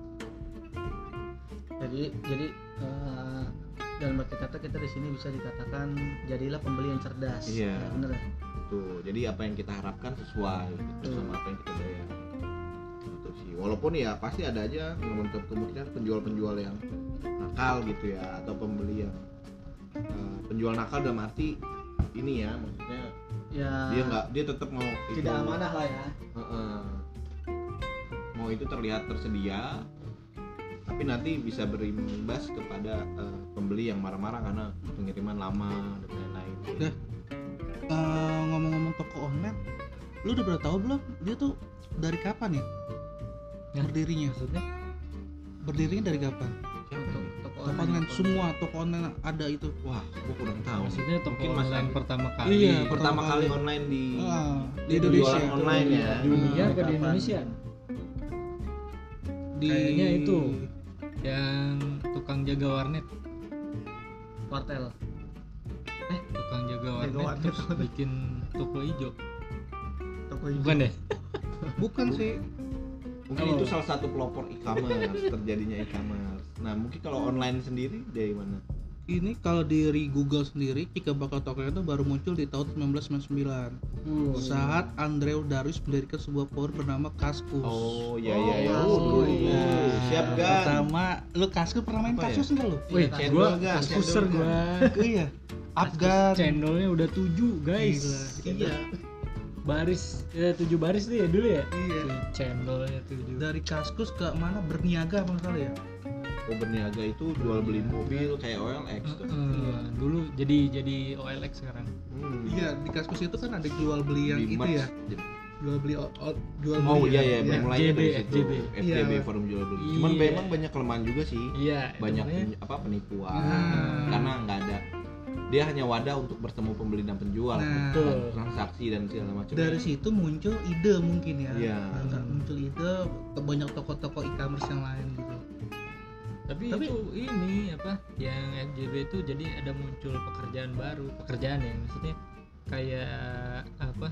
S3: jadi jadi eh, dalam arti kata kita di sini bisa dikatakan jadilah pembeli yang cerdas
S7: Iya.
S3: Ya, bener ya?
S7: tuh Gitu. jadi apa yang kita harapkan sesuai gitu
S3: Hmm.
S7: sama apa yang kita bayar itu sih walaupun ya pasti ada aja kemungkinan kemungkinan penjual-penjual yang nakal gitu ya atau pembeli yang eh, penjual nakal dalam arti ini ya maksudnya
S3: ya
S7: dia nggak dia tetap mau itu,
S1: gitu.
S3: tidak amanah lah ya
S7: Heeh. mau itu terlihat tersedia tapi nanti bisa berimbas kepada eh, pembeli yang marah-marah karena pengiriman lama dan lain-lain
S1: Nah, Eh, ngomong-ngomong toko online lu udah pernah tahu belum dia tuh dari kapan ya
S2: Ya.
S1: berdirinya
S2: maksudnya
S1: berdirinya dari kapan
S3: untuk toko
S1: toko online semua toko online ada itu
S7: wah aku kurang tahu sih.
S2: maksudnya toko
S7: Mungkin
S2: online
S7: masa-
S2: pertama kali
S1: Iya,
S7: pertama
S1: Pertama
S7: kali
S1: kali.
S7: online di
S1: Ah,
S7: di
S1: di Indonesia
S7: jualan online ya.
S1: Iya,
S2: dunia
S3: Hmm.
S2: apa di
S3: Kapan?
S2: Indonesia
S1: di
S2: Kayaknya itu. yang tukang jaga warnet
S3: kuartel
S2: tukang jaga warnet,
S3: Jaga warnet.
S2: terus bikin toko hijau
S3: toko
S2: bukan deh
S1: bukan sih
S7: mungkin
S2: Oh.
S7: itu salah satu pelopor e-commerce terjadinya e-commerce nah mungkin kalau online sendiri dari mana
S1: ini kalau dari Google sendiri jika bakal toko itu baru muncul di tahun 1999 Oh, iya. saat Andrew Darwis mendirikan sebuah power bernama Kaskus
S7: oh ya
S3: Oh,
S7: ya ya
S3: Kaskus.
S7: Waduh,
S1: Nah,
S7: siap gan
S1: pertama lu Kaskus pernah main
S7: Apa ya?
S1: Kaskus enggak lu
S2: wih
S3: Iya,
S7: cendol,
S2: gua
S7: Gan.
S2: user
S7: Cendol,
S2: gua
S1: iya Afgan
S2: channelnya udah tujuh guys
S7: iya
S2: baris ya tujuh baris tuh ya dulu ya
S1: iya
S2: channelnya tujuh
S1: dari Kaskus ke mana berniaga apa salah ya
S7: oh berniaga itu jual beli mobil kayak OLX tuh
S2: Heeh, dulu jadi jadi OLX sekarang
S7: Hmm.
S1: iya di Kaskus itu kan ada jual beli yang
S7: Di
S1: itu
S7: March.
S1: ya jual beli o- o- jual beli
S7: Oh iya ya,
S1: ya.
S7: mulainya dari
S2: FJB,
S7: situ.
S2: FJB.
S7: FJB
S1: Iya.
S7: forum jual beli. Cuman
S2: Iya.
S7: memang banyak kelemahan juga sih.
S2: iya
S1: Eh,
S2: itu
S7: Banyak
S2: makanya
S7: pen- apa penipuan
S1: Nah.
S7: karena nggak ada dia hanya wadah untuk bertemu pembeli dan penjual,
S1: Nah.
S7: bukan transaksi dan segala macam.
S1: dari situ muncul ide mungkin ya
S7: Iya.
S1: Agak muncul ide ke banyak toko-toko e-commerce yang lain gitu
S2: tapi,
S1: Tapi-
S2: itu ini apa yang FJB itu jadi ada muncul pekerjaan baru pekerjaan ya maksudnya kayak apa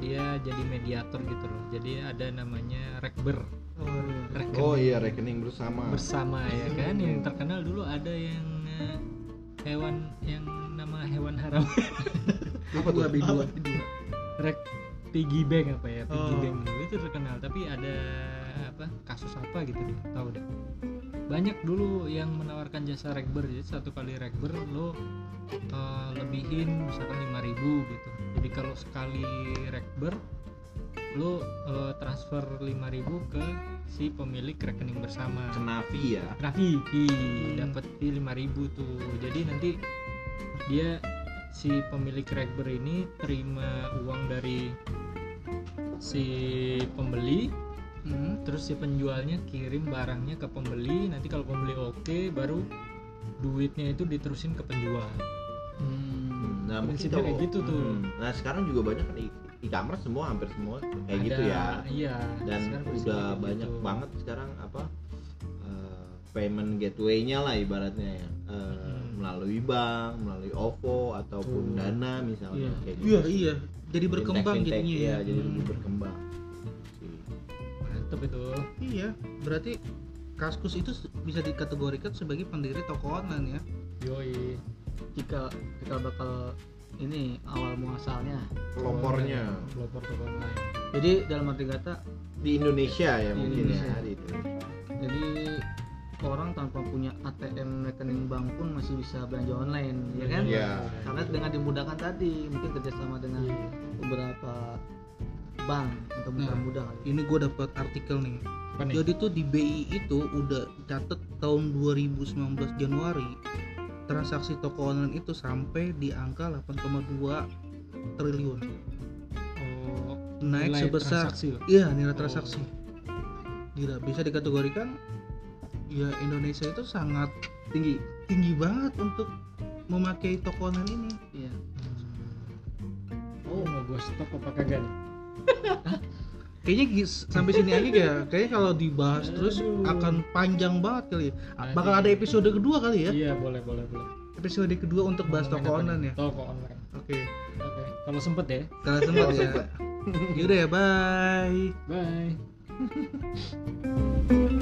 S2: dia jadi mediator gitu loh jadi ada namanya rekber rekening
S7: Oh iya rekening bersama.
S2: bersama ya kan yang terkenal dulu ada yang eh, hewan yang nama hewan haram
S7: apa tuh?
S1: Babi dua.
S2: rek piggy bank apa ya piggy
S1: Oh.
S2: bank dulu itu terkenal tapi ada apa kasus apa gitu deh tahu deh banyak dulu yang menawarkan jasa rekber jadi satu kali rekber lo eh, lebihin misalkan 5000 gitu jadi kalau sekali rekber lo eh, transfer 5000 ke si pemilik rekening bersama
S7: Kenavi ya.
S2: Raffi dapat di 5000 tuh. Jadi nanti dia si pemilik rekber ini terima uang dari si pembeli,
S1: Hmm.
S2: terus si penjualnya kirim barangnya ke pembeli. Nanti kalau pembeli oke, baru duitnya itu diterusin ke penjual.
S3: Hmm.
S7: Nah, mungkin
S2: Prinsipnya kayak
S7: kalau-
S2: gitu tuh.
S7: Hmm. Nah, sekarang juga banyak kan e- e-commerce semua hampir semua kayak gitu
S2: Ada-
S7: ya.
S2: Iya.
S7: Dan
S2: sekarang prinsipnya
S7: udah
S2: kayak
S7: banyak
S2: gitu.
S7: banget sekarang apa eh, payment gateway-nya lah ibaratnya ya. Eh,
S2: Mm-mm.
S7: melalui bank, melalui OVO ataupun
S2: Tuh.
S7: Dana misalnya
S2: Iya.
S7: kayak gitu
S1: iya iya jadi berkembang
S7: Fintech-fintech,
S1: jadinya
S7: iya,
S1: ya
S7: jadi lebih
S1: Hmm.
S7: berkembang.
S2: Mantep itu.
S1: iya berarti Kaskus itu se- bisa dikategorikan sebagai pendiri toko online ya
S2: Yoi.
S3: jika jika bakal ini awal muasalnya
S7: Pelopornya
S2: Pelopor toko online.
S3: jadi dalam arti kata
S7: di Indonesia ya
S3: Di
S7: mungkin ya
S3: Indonesia.
S7: di Indonesia.
S3: jadi orang tanpa punya ATM rekening bank pun masih bisa belanja online ya kan
S7: Iya.
S3: karena dengan dimudahkan tadi mungkin kerjasama dengan
S2: Iya.
S3: beberapa bank untuk
S1: Nah,
S3: mempermudah kali.
S1: ini gue dapat artikel nih
S2: Apa nih?
S1: Jadi tuh di BI itu udah catet tahun 2019 Januari transaksi toko online itu sampai di angka 8,2 triliun
S2: oh
S1: naik
S2: nilai
S1: sebesar
S2: transaksi loh.
S1: iya nilai
S2: Oh.
S1: transaksi gila bisa dikategorikan ya Indonesia itu sangat tinggi tinggi banget untuk memakai toko online ini
S3: iya
S2: oh mau gue stop apa kagak nih
S1: kayaknya gis- sampai sini aja ya kayaknya kalau dibahas terus
S2: Aduh.
S1: akan panjang banget kali ya.
S2: Nah,
S1: bakal
S2: ini-
S1: ada episode kedua kali ya
S2: iya boleh boleh boleh
S1: episode kedua untuk bahas
S2: Ngomongin
S1: toko
S2: apa nih?
S1: online ya
S2: toko online
S1: oke
S2: oke kalau sempet ya
S1: kalau sempat ya yaudah ya bye
S2: bye